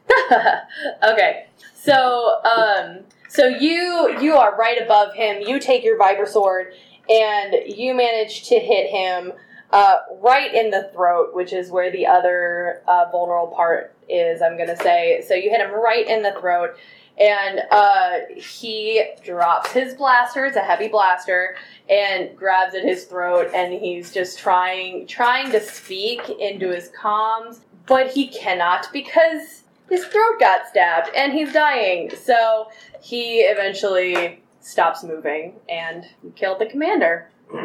S2: okay. So, um, so you you are right above him. You take your vibra sword and you manage to hit him uh, right in the throat, which is where the other uh, vulnerable part is. I'm gonna say. So you hit him right in the throat, and uh, he drops his blaster. It's a heavy blaster, and grabs at his throat, and he's just trying trying to speak into his comms, but he cannot because his throat got stabbed and he's dying. So he eventually stops moving and you killed the commander. All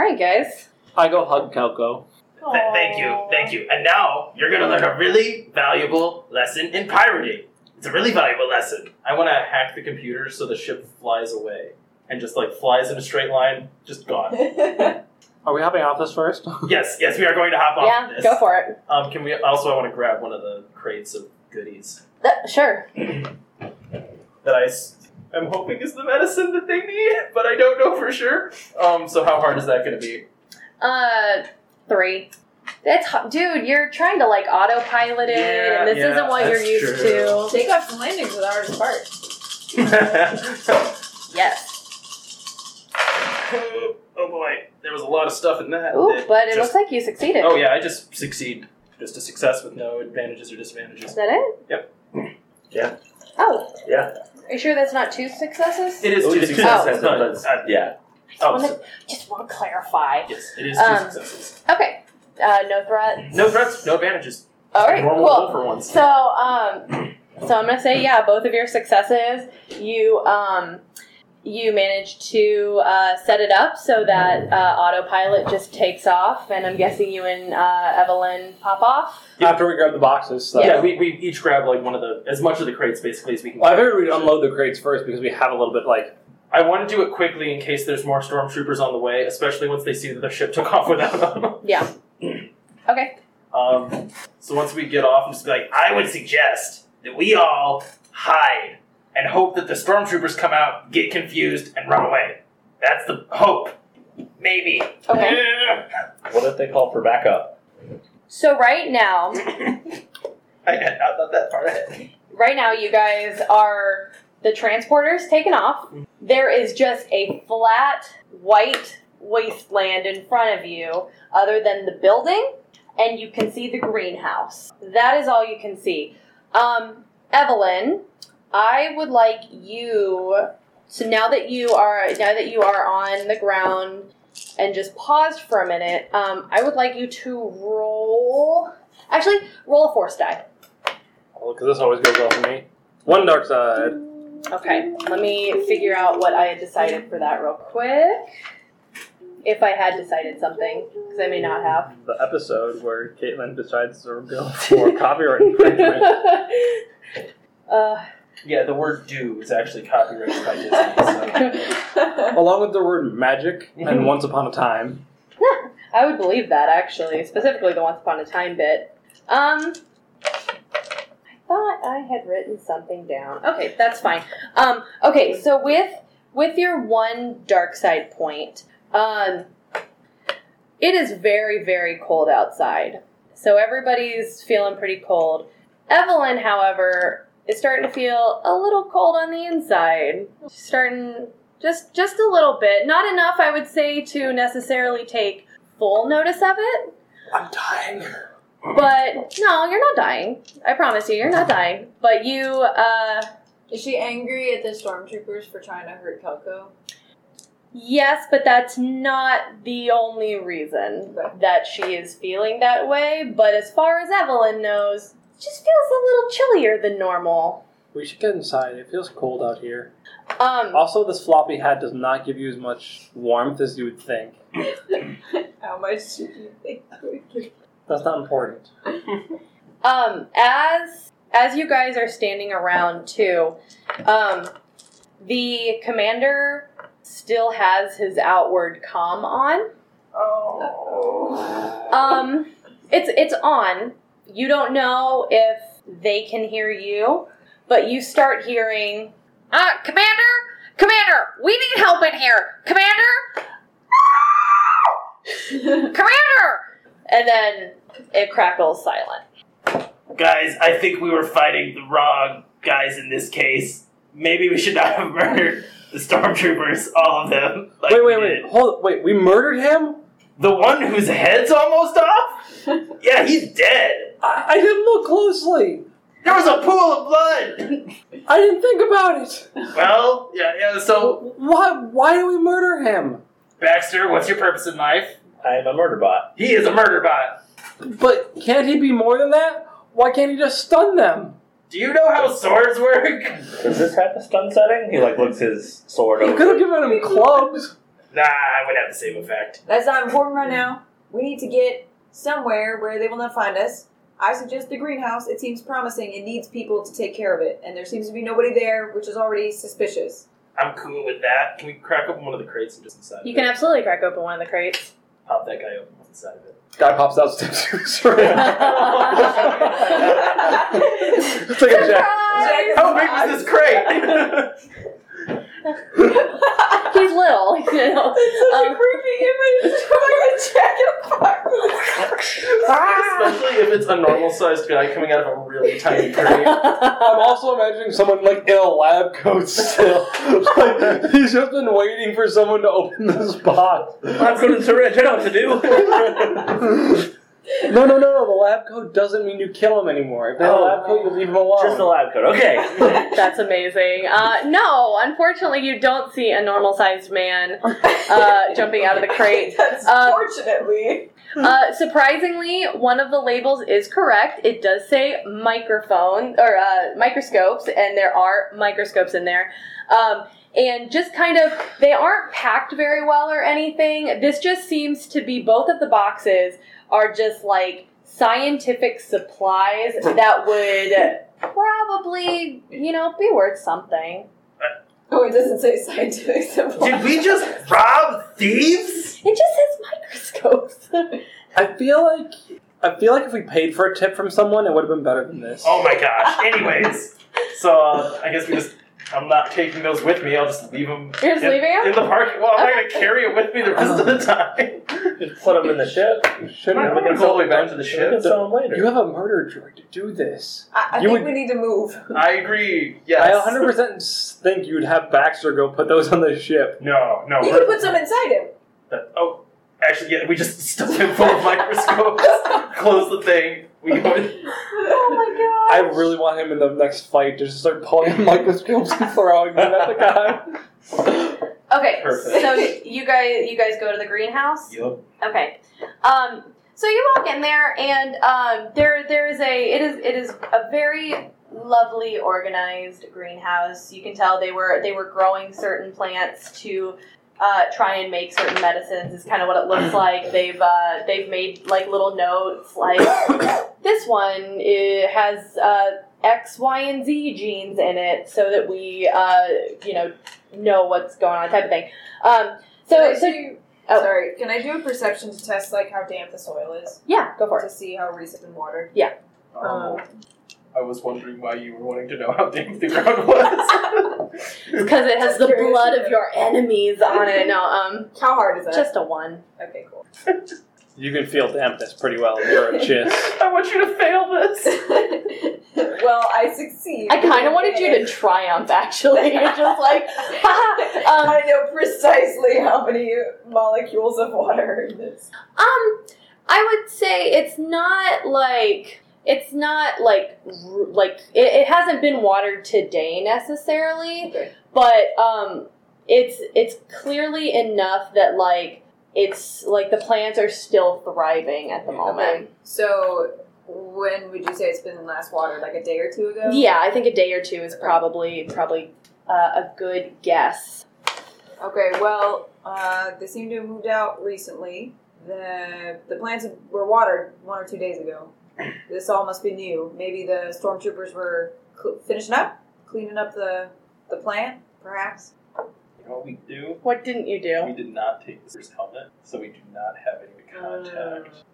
S2: right, guys.
S10: I go hug Kelko.
S4: Th- thank you, thank you. And now you're gonna learn a really valuable lesson in pirating. It's a really valuable lesson.
S12: I want to hack the computer so the ship flies away and just like flies in a straight line, just gone.
S10: Are we hopping off this first?
S12: yes, yes, we are going to hop off
S2: yeah,
S12: this.
S2: go for it.
S12: Um, can we also? I want to grab one of the crates of goodies
S2: Th- sure.
S12: that I. S- I'm hoping is the medicine that they need, but I don't know for sure. Um, so how hard is that going to be?
S2: Uh, three. That's hu- dude. You're trying to like autopilot it,
S12: Yeah,
S2: and this
S12: yeah,
S2: isn't what you're
S12: that's
S2: used
S12: true.
S2: to.
S3: Takeoffs and landings with hours apart.
S2: Yes.
S12: oh boy, there was a lot of stuff in that.
S2: Ooh,
S12: that
S2: but it
S12: just-
S2: looks like you succeeded.
S12: Oh yeah, I just succeed. Just a success with no advantages or
S2: Is
S12: disadvantages.
S2: that it?
S12: Yep.
S9: Yeah.
S2: Oh.
S9: Yeah.
S2: Are you sure that's not two successes?
S12: It is
S9: Oh,
S12: two
S9: it's two
S12: successes,
S9: successes,
S12: but uh,
S9: but- Yeah.
S12: oh,
S2: Wanna- Just want to clarify.
S12: yes, it is two
S2: Um,
S12: successes.
S2: Okay. Uh, no threat.
S12: No threats, no advantages.
S2: All right.
S12: Normal
S2: cool.
S12: roll for once.
S2: So, um, so I'm gonna say, yeah, both of your successes, you, um, you managed to uh, set it up so that uh, autopilot just takes off, and I'm guessing you and uh, Evelyn pop off.
S5: After we grab the boxes, so.
S12: yeah, we, we each grab like one of the as much of the crates basically as we can.
S5: Well, I figured we'd unload the crates first because we have a little bit like
S12: I want to do it quickly in case there's more stormtroopers on the way, especially once they see that their ship took off without them.
S2: Yeah. Okay.
S12: Um, so once we get off, I'm just like, I would suggest that we all hide and hope that the stormtroopers come out, get confused, and run away. That's the hope. Maybe.
S2: Okay.
S9: What if they call for backup?
S2: So right now,
S12: I had not thought that far ahead.
S2: right now, you guys are the transporters taken off. There is just a flat white wasteland in front of you, other than the building, and you can see the greenhouse. That is all you can see. Um, Evelyn, I would like you. So now that you are now that you are on the ground and just paused for a minute, um, I would like you to roll. Actually, roll a force die.
S5: because this always goes well for me. One dark side.
S2: Okay, let me figure out what I had decided for that real quick. If I had decided something, because I may not have.
S5: The episode where Caitlin decides to go for copyright infringement.
S2: uh,
S12: Yeah, the word do is actually copyrighted by Disney. So.
S2: Uh,
S5: Along with the word magic and once upon a time.
S2: I would believe that actually, specifically the Once Upon a Time bit. Um, I thought I had written something down. Okay, that's fine. Um, okay, so with with your one dark side point, um, it is very very cold outside, so everybody's feeling pretty cold. Evelyn, however, is starting to feel a little cold on the inside. She's starting just just a little bit, not enough, I would say, to necessarily take full notice of it,
S10: I'm dying.
S2: but no, you're not dying. I promise you, you're not dying. But you, uh,
S3: Is she angry at the stormtroopers for trying to hurt Kelko?
S2: yes, but that's not the only reason that she is feeling that way. But as far as Evelyn knows, it just feels a little chillier than normal.
S5: We should get inside. It feels cold out here.
S2: Um,
S5: Also, this floppy hat does not give you as much warmth as you would think.
S3: How much did you think?
S5: That's not important.
S2: um, as as you guys are standing around too, um, the commander still has his outward comm on.
S12: Oh.
S2: Um, it's it's on. You don't know if they can hear you, but you start hearing.
S11: Uh, Commander, Commander, we need help in here. Commander, Commander.
S2: And then it crackles silent.
S4: Guys, I think we were fighting the wrong guys in this case. Maybe we should not have murdered the stormtroopers, all of them. like
S5: Wait, wait,
S4: we
S5: wait.
S4: did.
S5: Hold. Wait, we murdered him?
S4: The one whose head's almost off? Yeah, he's dead.
S5: I, I didn't look closely.
S4: There was a pool of blood.
S5: I didn't think about it.
S4: Well, yeah, yeah. So,
S5: Why? Why do we murder him?
S4: Baxter, what's your purpose in life?
S9: I am a murder bot.
S4: He is a murder bot.
S5: But can't he be more than that? Why can't he just stun them?
S4: Do you know how swords work?
S9: Does this have a stun setting? He like looks his sword
S5: You
S9: over.
S5: could have given him clubs.
S4: Nah, I would have the same effect.
S3: That's not important right now. We need to get somewhere where they will not find us. I suggest the greenhouse. It seems promising. It needs people to take care of it, and there seems to be nobody there, which is already suspicious.
S4: I'm cool with that. Can we crack open one of the crates and just inside?
S2: You
S4: of
S2: can
S4: it?
S2: absolutely crack open one of the crates.
S4: pop that guy open inside of it.
S5: Guy pops out, steps to his room. it's like a jack.
S3: Jack
S4: How big was this crate?
S2: He's little. You know. Um,
S3: creepy image. like a jacket
S4: Especially if it's a normal sized guy coming out of a really tiny crate.
S5: I'm also imagining someone like in a lab coat still. like, he's just been waiting for someone to open this box.
S9: I'm going to surrender. I don't know what to do.
S5: No, no, no, no. The lab coat doesn't mean you kill him anymore. If they have a
S9: Oh.
S5: lab coat, you leave him alone.
S9: Just a lab coat. Okay.
S2: that's amazing. Uh, no, unfortunately, you don't see a normal sized man uh, jumping out of the crate.
S3: That's
S2: Uh,
S3: fortunately.
S2: Uh, surprisingly, one of the labels is correct. It does say microphone or uh, microscopes, and there are microscopes in there. Um, and just kind of, they aren't packed very well or anything. This just seems to be both of the boxes are just like scientific supplies that would probably, you know, be worth something.
S3: Oh, it doesn't say scientific simple.
S4: Did we just rob thieves?
S2: It just says microscopes.
S5: I feel like I feel like if we paid for a tip from someone, it would have been better than this.
S4: Oh my gosh. Anyways, so uh, I guess we just. I'm not taking those with me. I'll just leave them.
S2: You're just
S4: in,
S2: leaving 'em?
S4: in the parking. Well, I'm not gonna carry it with me the rest of the time.
S9: Just put him in the ship.
S5: Shouldn't
S4: I'm not
S5: have
S4: gonna
S5: been
S4: go all
S5: so-
S4: the way back to the
S9: We can
S4: ship.
S9: sell
S5: You
S9: him later.
S5: have a murder droid to do this.
S3: I, I
S5: You
S3: think
S5: would-
S3: we need to move.
S4: I agree.
S5: I
S4: Yes.
S5: 100 percent think you'd have Baxter go put those on the ship.
S4: No, no.
S5: Oh,
S3: You
S4: we're-
S3: could put some inside him.
S4: that- oh, actually, yeah. We just stuff him full of microscopes. Close the thing. We go in.
S3: Oh
S5: I really want him in the next fight to just start pulling microscopes and throwing them at the guy.
S13: Okay,
S4: Perfect.
S13: so you guys, you guys go to the greenhouse.
S4: Yup.
S13: Okay, um, so you walk in there, and um, there, there is a, it is, it is a very lovely organized greenhouse. You can tell they were, they were growing certain plants to uh, try and make certain medicines. Is kind of what it looks like. They've, uh, they've made like little notes, like this one it has uh, X, Y, and Z genes in it, so that we, uh, you know, know what's going on, type of thing. Um, so,
S3: Can I
S13: so
S3: do-
S13: oh.
S3: sorry. Can I do a perception to test like how damp the soil is
S13: yeah, go for it.
S3: to see how recent and watered?
S4: Um, I was wondering why you were wanting to know how damp the ground was.
S2: Because it has the
S3: Curious.
S2: blood of your enemies on it. No, um,
S3: How hard is that?
S2: just a one.
S3: okay, cool.
S5: You can feel dampness pretty well. You're a chiss.
S4: I want you to fail this.
S3: well, I succeed.
S2: I kind of wanted you to triumph, actually. You're just like, haha. Um,
S3: I know precisely how many molecules of water are in this.
S2: um, I would say it's not like it's not like r- like it, it hasn't been watered today necessarily,
S3: Okay.
S2: but um, it's it's clearly enough that like it's like the plants are still thriving at the moment.
S3: So, when would you say it's been last watered? Like a day or two ago?
S2: Yeah, I think a day or two is probably probably uh, a good guess.
S3: Okay, well, uh, they seem to have moved out recently. The the plants were watered one or two days ago. This all must be new. Maybe the stormtroopers were cl- finishing up, cleaning up the the plant, perhaps.
S4: You know what we do?
S2: What didn't you do?
S4: We did not take this helmet, so we do not have any contact.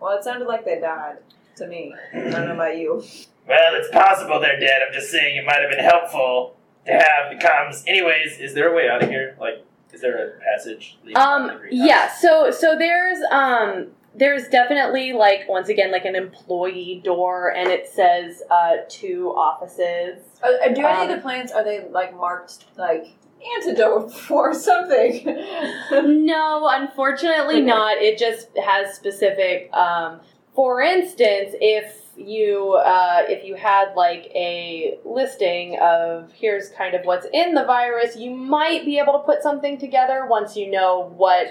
S3: Well, it sounded like they died to me. I don't know about you.
S4: Well, it's possible they're dead. I'm just saying it might have been helpful to have the comms. Anyways, is there a way out of here? Like, is there a passage? leading to the
S2: Um,
S4: greenhouse?
S2: yeah. So, so there's um, there's definitely like once again like an employee door, and it says uh, two offices.
S3: Uh, do any
S2: Um,
S3: of the plants are they like marked like antidote for something?
S2: No, unfortunately not. It just has specific. Um, for instance, if you uh, if you had like a listing of here's kind of what's in the virus, you might be able to put something together once you know what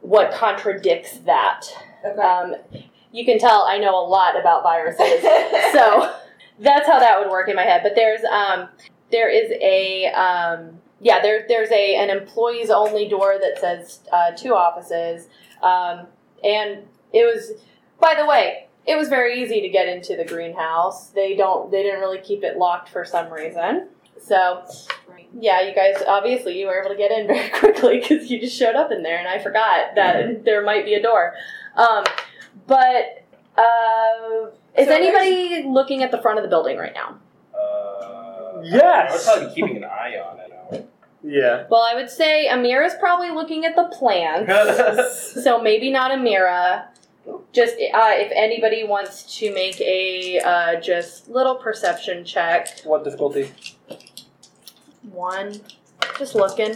S2: what contradicts that.
S3: okay.
S2: Um, you can tell I know a lot about viruses. so That's how that would work in my head. But there's um there is a um yeah there there's a an employees only door that says uh, two offices um and it was by the way it was very easy to get into the greenhouse. They don't they didn't really keep it locked for some reason. So yeah, you guys obviously you were able to get in very quickly because you just showed up in there, and I forgot that there might be a door. Um, but uh, is
S3: So
S2: anybody looking at the front of the building right now?
S4: Uh, I would
S5: Yes.
S4: probably be keeping an eye on it.
S5: Yeah.
S2: Well, I would say Amira is probably looking at the plants, so maybe not Amira. Just uh, if anybody wants to make a uh, just little perception check,
S5: What difficulty?
S2: one, just looking.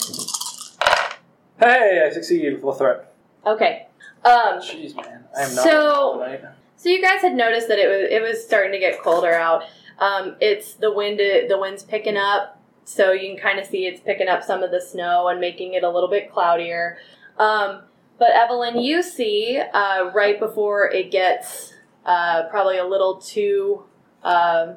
S5: Hey, I succeeded. Full threat.
S2: Okay. Um,
S5: Jeez, man. I am not.
S2: So-
S5: tonight.
S2: So you guys had noticed that it was it was starting to get colder out. Um, it's the wind the wind's picking up, so you can kind of see it's picking up some of the snow and making it a little bit cloudier. Um, but Evelyn, you see uh, right before it gets uh, probably a little too um,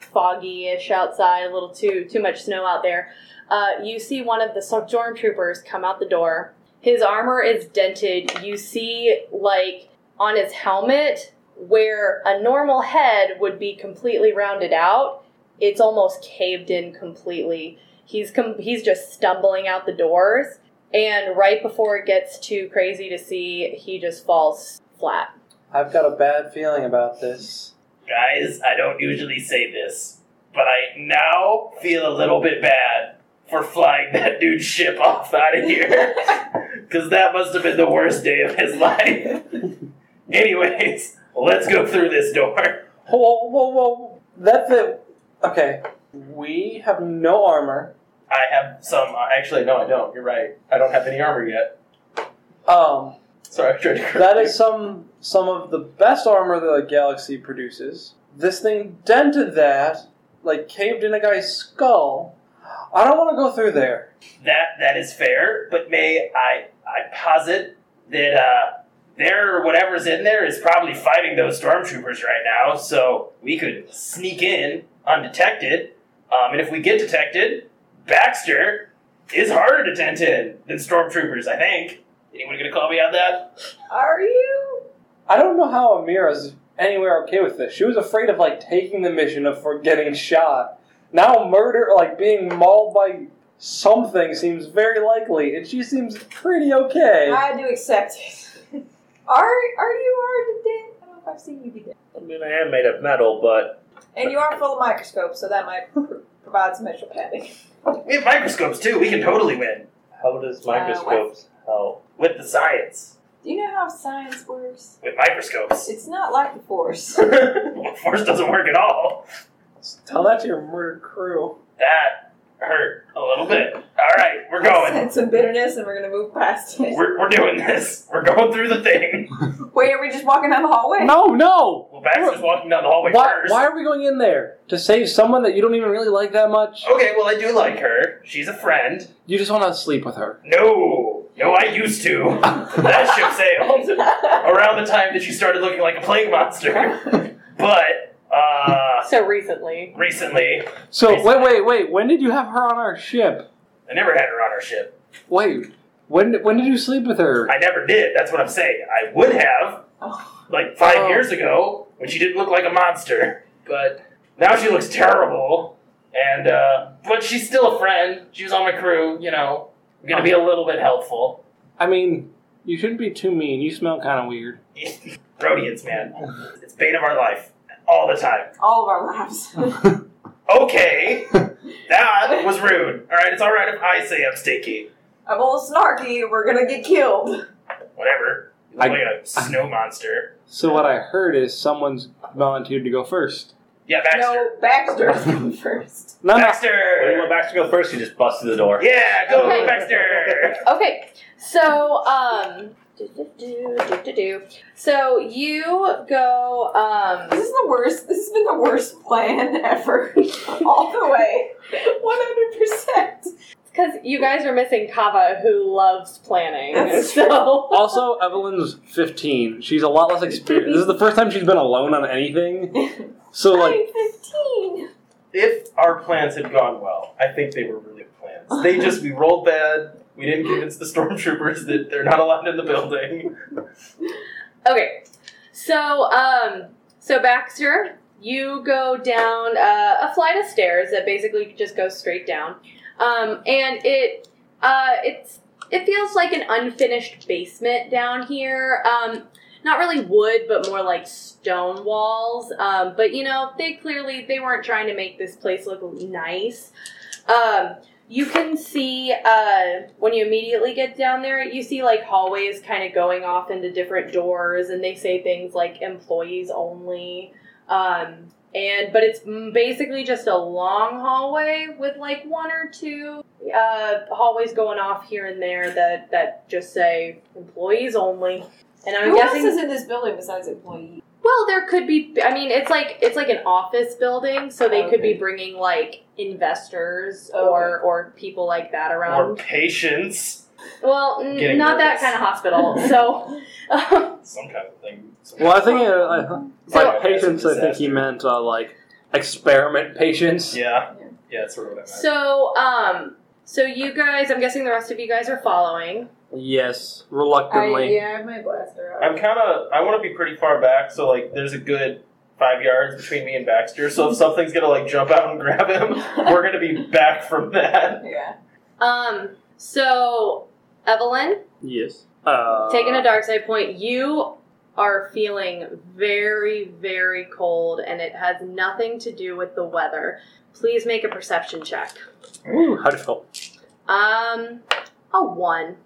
S2: foggy-ish outside, a little too too much snow out there. Uh, you see one of the stormtroopers come out the door. His armor is dented. You see like on his helmet where a normal head would be completely rounded out it's almost caved in completely he's com- he's just stumbling out the doors and right before it gets too crazy to see he just falls flat
S5: I've got a bad feeling about this.
S4: Guys, I don't usually say this, but I now feel a little bit bad for flying that dude's ship off out of here. Because that must have been the worst day of his life. Anyways, let's go through this door.
S5: Whoa, whoa, whoa! That's it. Okay, we have no armor.
S4: I have some. Uh, actually, no, I don't. You're right. I don't have any armor yet.
S5: Um,
S4: Sorry, I tried to. correct
S5: that
S4: you.
S5: is some some of the best armor the galaxy produces. This thing dented that, like caved in a guy's skull. I don't want to go through there.
S4: That that is fair, but may I I posit that uh there whatever's in there is probably fighting those stormtroopers right now, so we could sneak in undetected. Um, and if we get detected, Baxter is harder to dent in than stormtroopers, I think. Anyone gonna call me on that?
S3: Are you?
S5: I don't know how Amira's anywhere okay with this. She was afraid of like taking the mission of for getting shot. Now murder, like being mauled by something, seems very likely, and she seems pretty okay.
S3: I do accept it. Are are you already dead? I don't know if I've seen you be dead.
S9: I mean, I am made of metal, but
S3: And you are full of microscopes, so that might pr- provide some extra padding.
S4: We have microscopes too, we can totally win.
S9: how does
S5: Uh,
S9: microscopes help?
S4: With the science.
S3: Do you know how science works?
S4: With microscopes.
S3: It's not like the Force.
S4: Force doesn't work at all.
S5: Tell that to your murdered crew.
S4: That hurt a little bit. Alright, we're going.
S3: Sense some bitterness, and we're gonna move past it.
S4: We're, we're doing this. We're going through the thing.
S3: Wait, are we just walking down the hallway?
S5: No, no.
S4: Well, Baxter's walking down the hallway
S5: Why,
S4: first.
S5: why are we going in there to save someone that you don't even really like that much?
S4: Okay, well, I do like her. She's a friend.
S5: You just want to sleep with her.
S4: No. No, I used to. that ship sailed around the time that she started looking like a plague monster. but, uh,
S2: so recently
S4: recently,
S5: So wait, wait, wait. When did you have her on our ship?
S4: I never had her on her ship.
S5: Wait, when when did you sleep with her?
S4: I never did. That's what I'm saying. I would have, like, five
S5: Oh.
S4: years ago when she didn't look like a monster. But now she looks terrible. And, uh, but she's still a friend. She was on my crew, you know. I'm gonna be a little bit helpful.
S5: I mean, you shouldn't be too mean. You smell kind of weird.
S4: Rhodians, man. It's bane of our life. All the time.
S3: All of our lives.
S4: Okay. That was rude. Alright, it's alright if I say I'm stinky.
S3: I'm a little snarky. We're gonna get killed.
S4: Whatever. You
S5: I-
S4: look like a snow monster.
S5: So what I heard is someone's volunteered to go first.
S4: Yeah, Baxter.
S3: No, Baxter's coming first.
S5: No, no.
S9: When you
S4: Baxter!
S9: went back to go first, you just busted the door.
S4: Yeah, go
S2: Okay.
S4: Baxter!
S2: okay so um do, do, do, do, do, do. so you go um
S3: This is the worst. This has been the worst plan ever, all the way, one hundred percent.
S2: Because you guys are missing Kava, who loves planning.
S3: That's
S2: so
S5: Also, Evelyn's 15. She's a lot less experienced. This is the first time she's been alone on anything. So like,
S2: fifteen.
S4: If our plans had gone well, I think they were really good plans. They just we rolled bad. We didn't convince the stormtroopers that they're not allowed in the building.
S2: Okay, so um, so Baxter, you go down uh, a flight of stairs that basically just goes straight down, um, and it uh, it's it feels like an unfinished basement down here. Um, not really wood, but more like stone walls. Um, but you know, they clearly they weren't trying to make this place look nice. Um, you can see uh, when you immediately get down there you see like hallways kind of going off into different doors and they say things like employees only um, and but it's m- basically just a long hallway with like one or two uh, hallways going off here and there that that just say employees only and i'm
S3: Who
S2: guessing
S3: else is in this building besides employees?
S2: well, there could be. I mean, it's like it's like an office building, so they could be bringing like investors or or people like that
S4: Or
S2: around.
S4: patience.
S2: well, n-
S4: Getting
S2: not that
S4: nervous.
S2: kind of hospital. So, um,
S4: Some kind of thing. Some
S5: well, I think
S4: kind
S5: uh,
S4: of-
S5: I,
S2: So-
S5: like patients. I think he meant uh, like experiment patients.
S4: Yeah. Yeah, that's sort of what I meant.
S2: so um, so you guys, I'm guessing the rest of you guys are following.
S5: Yes,
S3: I,
S5: reluctantly.
S3: yeah, I have my blaster out.
S4: I'm kind of. I want to be pretty far back, so like, there's a good five yards between me and Baxter. So if something's gonna like jump out and grab him, we're gonna be back from that.
S3: yeah.
S2: Um, so Evelyn,
S5: Yes. Uh,
S2: taking a dark side point, you are feeling very very cold, and it has nothing to do with the weather. Please make a perception check.
S5: Ooh, how'd it feel?
S2: Um, a one.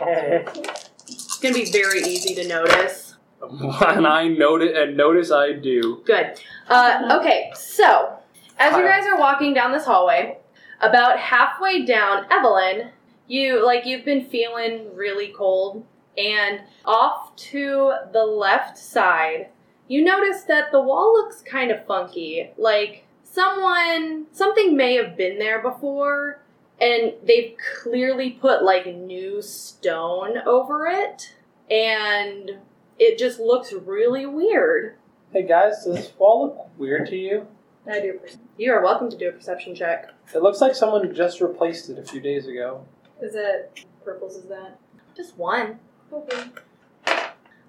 S2: It's gonna be very easy to notice.
S5: and I notice and notice I do.
S2: Good. Uh, okay, so as you guys are walking down this hallway, about halfway down, Evelyn, you like you've been feeling really cold, and off to the left side, you notice that the wall looks kind of funky. Like someone, something may have been there before, and they've clearly put like new stone over it, and it just looks really weird.
S5: Hey guys, does this wall look weird to you?
S3: I do. perceive.
S2: You are welcome to do a perception check.
S5: It looks like someone just replaced it a few days ago.
S3: Is that purples? Is that
S2: Just one.
S3: okay?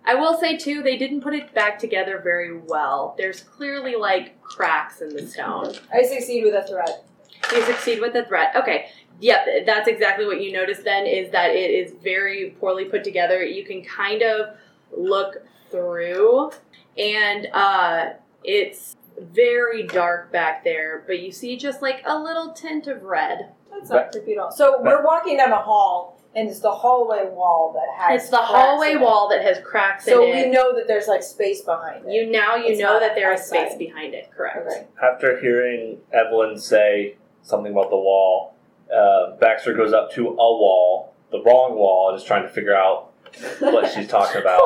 S2: I will say too, they didn't put it back together very well. There's clearly like cracks in the stone.
S3: I succeed with a threat.
S2: You succeed with the threat. Okay. Yep, that's exactly what you notice then is that it is very poorly put together. You can kind of look through and uh it's very dark back there, but you see just like a little tint of red.
S3: That's not creepy at all. So we're walking down a hall, and it's the hallway wall that has.
S2: It's the
S3: cracks
S2: hallway
S3: in it.
S2: wall that has cracks
S3: So
S2: in it.
S3: we know that there's like space behind it.
S2: you now you
S3: It's
S2: know
S3: not
S2: that there is
S3: outside.
S2: space behind it, correct?
S3: okay?
S9: After hearing Evelyn say something about the wall, uh, Baxter goes up to a wall, the wrong wall, and is trying to figure out what she's talking about.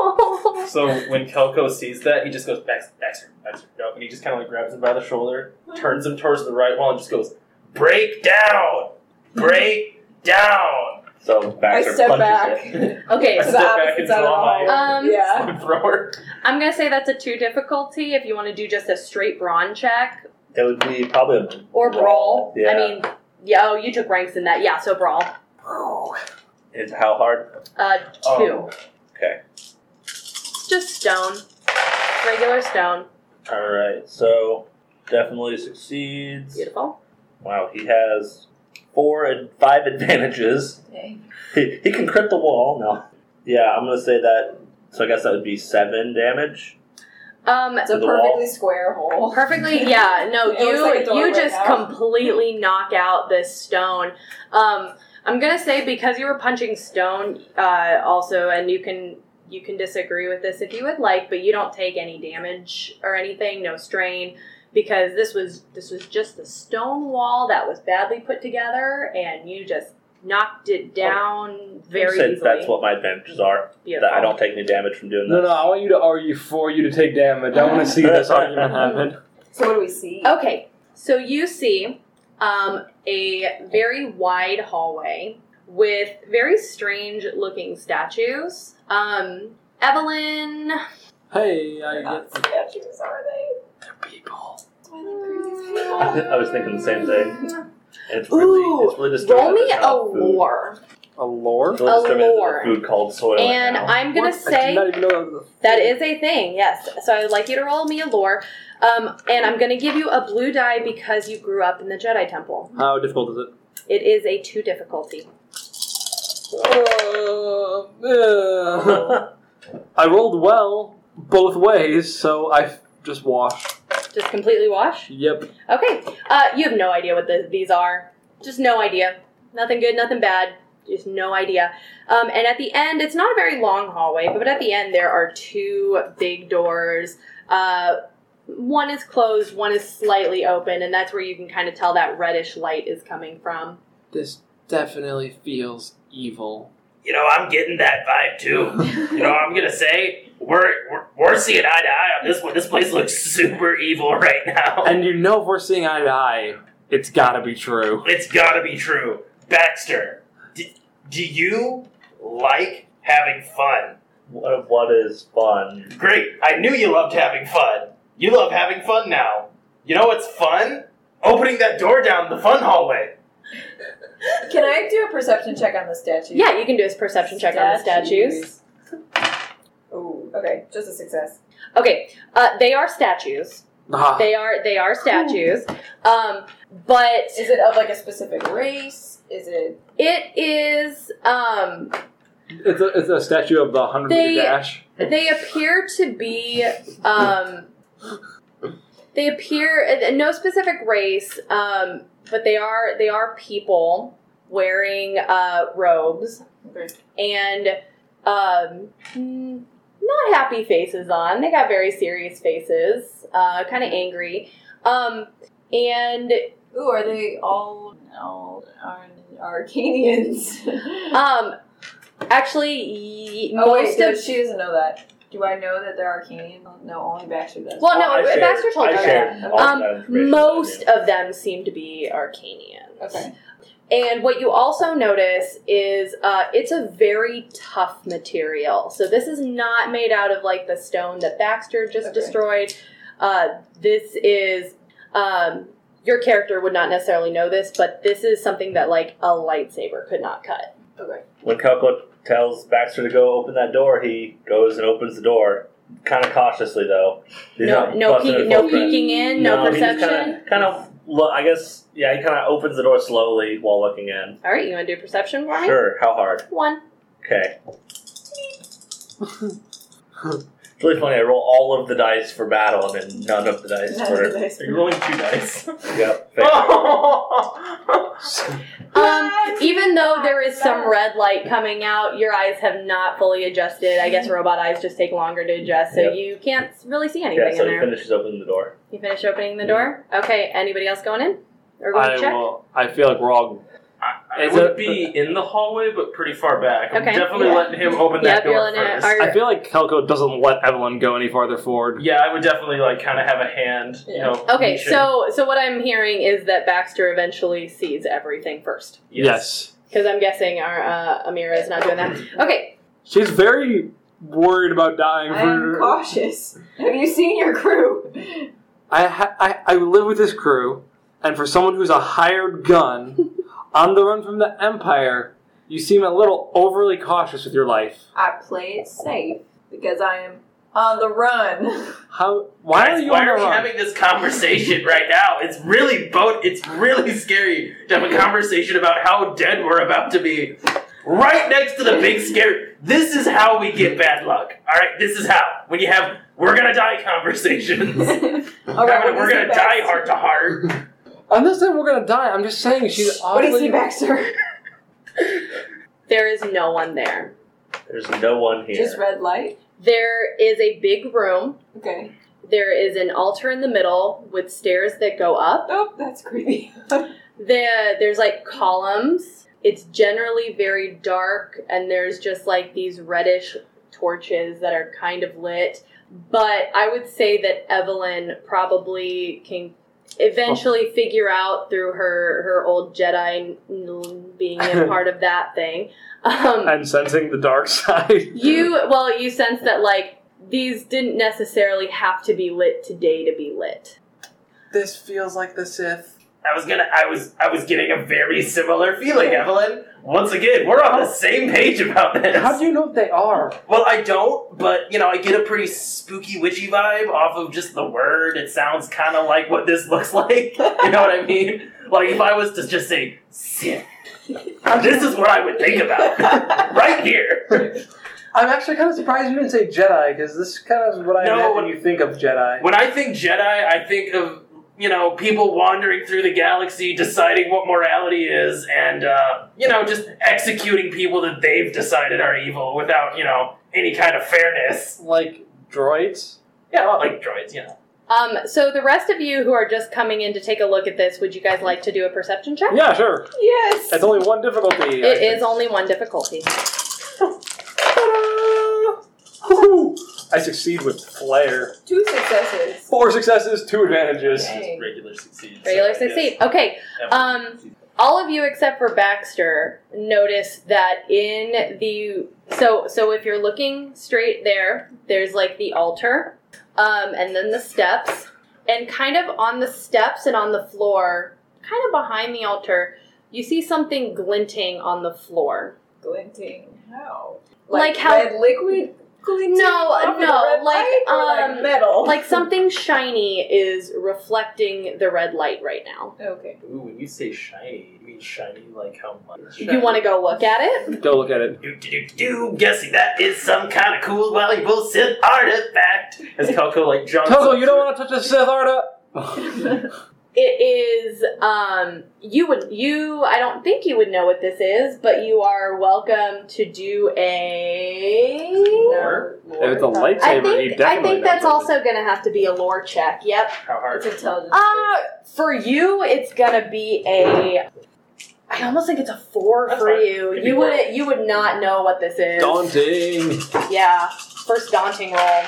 S4: So when Kelko sees that, he just goes Baxter, Baxter, Baxter, no, and he just kind of like grabs him by the shoulder, turns him towards the right wall, and just goes, "Break down, break down."
S9: So Baxter
S3: I step
S9: punches
S3: back.
S9: it.
S2: okay,
S4: I
S3: It's
S4: step
S3: the
S4: back and
S3: opposite side of
S4: draw
S3: the
S4: my
S2: hall. Um,
S3: yeah.
S4: thrower.
S2: I'm gonna say that's a two difficulty if you want to do just a straight brawn check
S9: It would be probably a
S2: or brawl.
S9: Yeah.
S2: I mean, yeah, oh, you took ranks in that, yeah. So brawl,
S9: It's how hard?
S2: uh, two,
S4: Oh,
S9: Okay.
S2: just stone, regular stone.
S9: All right. So definitely succeeds.
S2: Beautiful.
S9: Wow, he has four and five advantages.
S3: Okay.
S9: He, he can crit the wall. No. Yeah, I'm gonna say that. So I guess that would be seven damage.
S2: Um,
S3: It's a
S9: To the
S3: perfectly
S9: wall.
S3: square hole.
S2: perfectly, yeah. No,
S3: It looks
S2: you
S3: like a doorway
S2: you just
S3: now.
S2: completely knock out this stone. Um, I'm gonna say because you were punching stone, uh, also, and you can you can disagree with this if you would like, but you don't take any damage or anything, no strain, because this was this was just a stone wall that was badly put together, and you just knocked it down very
S9: Since
S2: easily.
S9: Oh, that's what my advantages are,
S2: Beautiful.
S9: that I don't take any damage from doing
S5: No,
S9: this.
S5: no, I want you to argue for you to take damage. I want to see this argument happen.
S3: So what do we see?
S2: Okay, so you see um, a very wide hallway with very strange looking statues. Um, Evelyn,
S5: Hey, I
S3: Not
S5: get
S3: statues, are they?
S10: They're people.
S3: why I like
S9: I, th- I was thinking the same thing.
S3: crazy people.
S9: And it's really,
S2: Ooh,
S9: it's really disturbing.
S2: Roll
S9: that
S2: me
S9: there's
S2: a
S9: not food.
S2: lore.
S5: A lore?
S9: It's really disturbing that
S2: lore.
S9: there's food called soil.
S2: And I'm going to
S5: I did
S2: say
S5: not even know that was a
S2: that
S5: thing.
S2: is a thing, yes. So I would like you to roll me a lore. Um, and I'm going to give you a blue die because you grew up in the Jedi Temple.
S10: How difficult is it?
S2: It is a two difficulty.
S10: Uh, I rolled well both ways, so I just washed.
S2: Just completely wash?
S10: Yep.
S2: Okay. Uh, you have no idea what the, these are. Just no idea. Nothing good, nothing bad. Just no idea. Um, and at the end, it's not a very long hallway, but at the end, there are two big doors. Uh, one is closed, one is slightly open, and that's where you can kind of tell that reddish light is coming from.
S10: This definitely feels evil.
S4: You know, I'm getting that vibe too. You know, I'm gonna say we're we're, we're seeing eye to eye on this one. This place looks super evil right now.
S10: And you know, if we're seeing eye to eye, it's gotta be true.
S4: It's gotta be true. Baxter, do, do you like having fun?
S9: What, what is fun?
S4: Great. I knew you loved having fun. You love having fun now. You know what's fun? Opening that door down the fun hallway.
S3: Can I do a perception check on the statue?
S2: Yeah, you can do a perception check on the statues.
S3: Oh, okay, just a success.
S2: Okay, uh, they are statues.
S10: Ah,
S2: They are they are statues. Um, but
S3: Is it of like a specific race? Is it?
S2: it is um,
S10: it's, a, it's a statue of the 100
S2: They-
S10: meter dash.
S2: They appear to be. Um, they appear uh, no specific race, um, but they are they are people wearing uh, robes
S3: Okay.
S2: and um, mm, not happy faces on. They got very serious faces, uh, kind of angry. Um, and
S3: Ooh, are they all all are Arcanians?
S2: um, actually, y-
S3: oh wait,
S2: most
S3: no,
S2: of
S3: she doesn't know that. Do I know that they're Arcanian? No, only Baxter does.
S2: well,
S9: I
S2: Oh, no,
S9: shared-
S2: Baxter told
S9: I
S2: you that.
S9: shared all
S2: Um,
S9: that information that I
S2: Most
S9: knew.
S2: of them seem to be Arcanians.
S3: Okay.
S2: And what you also notice is uh, it's a very tough material. So this is not made out of like the stone that Baxter just
S3: Okay.
S2: destroyed. Uh, this is um, your character would not necessarily know this, but this is something that like a lightsaber could not cut.
S3: Okay.
S9: When Coco tells Baxter to go open that door, he goes and opens the door, kind of cautiously though. He's
S2: no,
S9: not
S2: no,
S9: busting
S2: peek,
S9: it
S2: no
S9: full threat.
S2: peeking in, no,
S9: he just
S2: perception.
S9: Kind of, kind of. Look, I guess. Yeah, he kind of opens the door slowly while looking in.
S2: All right, you want to do perception for me?
S9: Sure. How hard?
S2: One.
S9: Okay. it's really funny. I roll all of the dice for battle and then none of the dice for.
S4: Are you rolling two dice?
S9: Yep.
S2: Um, even though there is some red light coming out, your eyes have not fully adjusted. I guess robot eyes just take longer to adjust, so
S9: Yep.
S2: you can't really see anything
S9: Yeah, so
S2: in
S9: he
S2: there.
S9: finishes opening the door.
S2: you finish opening the door. Okay, anybody else going in? Or going
S10: I
S2: to check?
S10: will. I feel like we're all.
S4: I, I
S10: Is
S4: would
S10: it-
S4: be in the hallway, but pretty far back. I'm
S2: Okay.
S4: definitely
S3: Yeah.
S4: letting him open
S2: Yep,
S4: that
S2: you're
S4: door
S2: letting it-
S4: first.
S2: are-
S10: I feel like Kelko doesn't let Evelyn go any farther forward.
S4: Yeah, I would definitely like kind of have a hand. You know.
S2: Okay,
S4: reaching.
S2: so so what I'm hearing is that Baxter eventually sees everything first,
S10: Yes.
S2: because I'm guessing our uh, Amira is not doing that. Okay,
S10: She's very worried about dying
S3: I'm
S10: for.
S3: cautious. Have you seen your crew?
S10: I, ha- I I live with this crew, and for someone who's a hired gun, on the run from the Empire, you seem a little overly cautious with your life.
S3: I play it safe because I am on the run.
S10: How? Why are
S4: Guys,
S10: you
S4: why
S10: on the
S4: are we
S10: run?
S4: having this conversation right now? It's really both. It's really scary to have a conversation about how dead we're about to be, right next to the big scary. This is how we get bad luck. All right, this is how when you have we're gonna die
S3: All
S4: conversations. We're
S3: right,
S4: gonna-
S3: what
S4: we're
S3: do you
S4: gonna
S3: see,
S4: die
S3: Baxter?
S4: heart to heart.
S10: I'm not saying we're gonna die. I'm just saying she's
S3: What do you see,
S10: oddly.
S3: Baxter?
S2: there is no one there.
S9: There's no one here.
S3: Just red light.
S2: There is a big room.
S3: Okay.
S2: There is an altar in the middle with stairs that go up.
S3: Oh, that's creepy.
S2: the there's like columns it's generally very dark and there's just like these reddish torches that are kind of lit but i would say that evelyn probably can eventually figure out through her her old jedi n- being a part of that thing um,
S10: And sensing the dark side.
S2: you well you sense that like these didn't necessarily have to be lit today to be lit
S5: This feels like the Sith.
S14: I was gonna. I was. I was getting a very similar feeling, Evelyn. Once again, we're on the same page about this.
S5: How do you know they are?
S14: Well, I don't, but you know, I get a pretty spooky witchy vibe off of just the word. It sounds kind of like what this looks like. You know what I mean? Like if I was to just say Sith, this is what I would think about right here.
S5: I'm actually kind of surprised you didn't say Jedi because this is kind of what I
S14: No,
S5: imagine
S14: when-
S5: you think of Jedi.
S14: When I think Jedi, I think of you know people wandering through the galaxy, deciding what morality is, and uh, you know just executing people that they've decided are evil without you know any kind of fairness.
S5: Like droids.
S14: Yeah, well, like droids, you know.
S2: Um, so the rest of you who are just coming in to take a look at this, would you guys like to do a perception check?
S5: Yeah, sure.
S3: Yes.
S5: It's only one difficulty. I
S2: It
S5: think.
S2: is only one difficulty.
S5: Ta-da! Woo-hoo! I succeed with flair.
S3: Two successes.
S5: Four successes, two advantages.
S3: Yay.
S4: Regular succeeds.
S2: Regular
S4: so I guess
S2: succeed. Okay. Um, all of you except for Baxter notice that in the so so if you're looking straight there, there's like the altar, um, and then the steps, and kind of on the steps and on the floor, kind of behind the altar, you see something glinting on the floor.
S3: Glinting. How?
S2: Like how-
S3: red liquid glinting?
S2: No,
S3: off of the
S2: no,
S3: red
S2: like,
S3: light, or like
S2: um,
S3: metal.
S2: Like something shiny is reflecting the red light right now.
S3: okay.
S4: Ooh, when you say shiny, you mean shiny like how much?
S2: You want to go look at it?
S5: Go look at it.
S14: Do, do, do, do. Guessing that is some kind of cool valuable Sith artifact.
S4: As Calco like jumps.
S5: Togo, you don't want to touch a Sith Arda!
S2: It is um you would you I don't think you would know what this is, but you are welcome to do a
S4: Or-
S5: if it's a lightsaber,
S2: I
S5: he
S2: think
S5: definitely
S2: I think
S5: knows
S2: that's
S5: what it
S2: also going to have to be a lore check. Yep.
S4: How hard?
S3: It's intelligence.
S2: Uh for you it's going to be a I almost think it's a 4
S4: That's
S2: for
S4: fine.
S2: you.
S4: It'd be
S2: You
S4: four.
S2: would you would not know what this
S5: is.
S2: is.
S5: Daunting!
S2: Yeah. First daunting roll.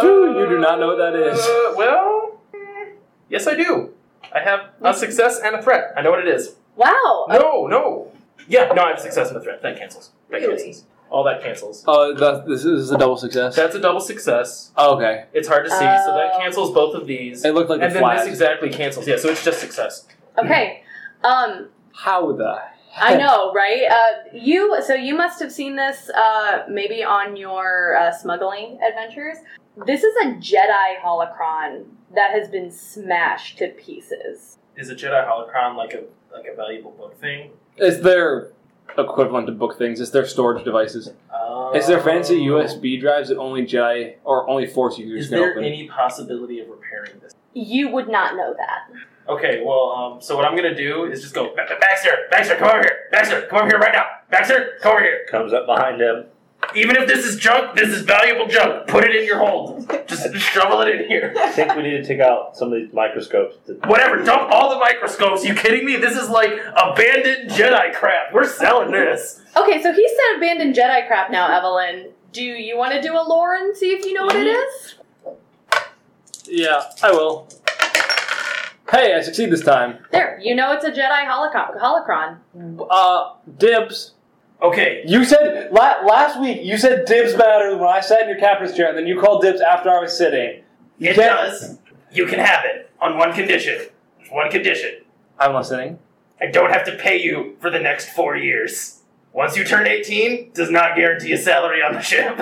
S5: Dude, you do not know what that is.
S4: Uh, well, mm, yes, I do. I have a success and a threat. I know what it is.
S2: Wow.
S4: No, no. Yeah, no, I have a success and a threat. That cancels. That
S3: Really?
S4: cancels. All that cancels.
S5: Oh, that, this is a double success.
S4: That's a double success.
S5: Oh, okay.
S4: It's hard to see, so that
S2: Oh.
S4: cancels both of these.
S5: It looked like
S4: and
S5: the
S4: then
S5: flash.
S4: this exactly cancels. Yeah, so it's just success.
S2: Okay. Um
S5: How the
S2: I know, right? Uh, you so you must have seen this uh, maybe on your uh, smuggling adventures. This is a Jedi holocron that has been smashed to pieces.
S4: Is a Jedi holocron like a like a valuable book thing?
S5: It's their equivalent to book things. It's their storage devices.
S4: Uh,
S5: It's their fancy USB drives that only Jedi or only Force users
S4: Is
S5: can
S4: there
S5: open.
S4: any possibility of repairing this?
S2: You would not know that.
S4: Okay, well, um, so what I'm gonna do is just go "Ba- Ba- Baxter, Baxter, come over here, Baxter, come over here right now, Baxter, come over here.
S9: Comes up behind him.
S4: Even if this is junk, this is valuable junk. Put it in your hold. Just shovel it in here.
S9: I think we need to take out some of these microscopes. To,
S4: Whatever, dump all the microscopes. You kidding me? This is like abandoned Jedi crap. We're selling this.
S2: Okay, so he said abandoned Jedi crap now, Evelyn. Do you want to do a lore and see if you know what it is?
S5: Yeah, I will. Hey, I succeed this time.
S2: There, you know it's a Jedi holoco- holocron.
S5: Uh, dibs.
S4: Okay,
S5: You said la- last week. You said dibs matter when I sat in your captain's chair, and then you called dibs after I was sitting. You
S4: it
S5: can't-
S4: does. You can have it on one condition. One condition.
S5: I'm listening.
S4: I don't have to pay you for the next four years. Once you turn 18, does not guarantee a salary on the ship.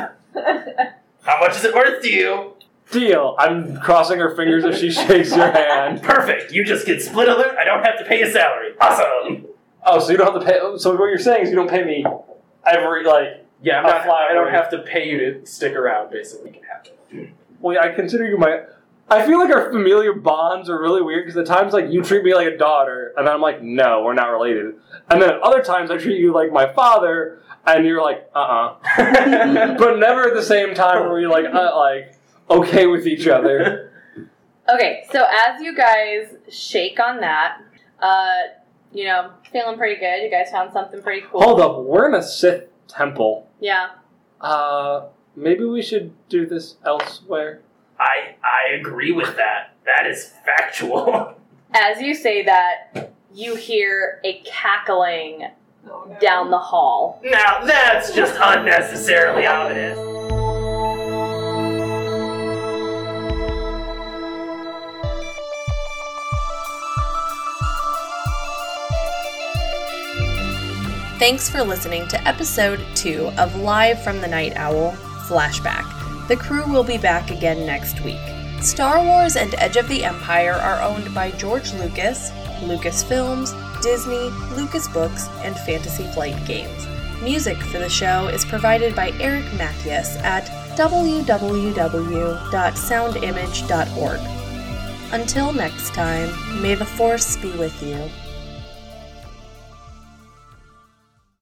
S4: How much is it worth to you?
S5: Deal. I'm crossing her fingers if she shakes your hand.
S4: Perfect. You just get split a loot. I don't have to pay a salary. Awesome.
S5: Oh, so you don't have to pay. oh, So what you're saying is you don't pay me every like.
S4: Yeah, I'm
S5: A
S4: not.
S5: flower.
S4: I don't have to pay you to stick around. Basically, you can have it.
S5: Well, yeah, I consider you my. I feel like our familiar bonds are really weird because at times like you treat me like a daughter, and then I'm like, no, we're not related. And then at other times I treat you like my father, and you're like, uh uh but never at the same time where you're like uh, like okay with each other.
S2: Okay, so as you guys shake on that, uh, you know, feeling pretty good. You guys found something pretty cool.
S5: Hold up, we're in a Sith temple.
S2: Yeah.
S5: Uh, maybe we should do this elsewhere.
S4: I I agree with that. That is factual.
S2: As you say that, you hear a cackling
S3: Oh, no.
S2: down the hall.
S4: now that's just unnecessarily ominous.
S1: Thanks for listening to episode 2 of Live from the Night Owl Flashback. The crew will be back again next week. Star Wars and Edge of the Empire are owned by George Lucas, Lucasfilms, Disney, Lucas Books, and Fantasy Flight Games. Music for the show is provided by Eric Mathias at www.soundimage.org. Until next time, may the Force be with you.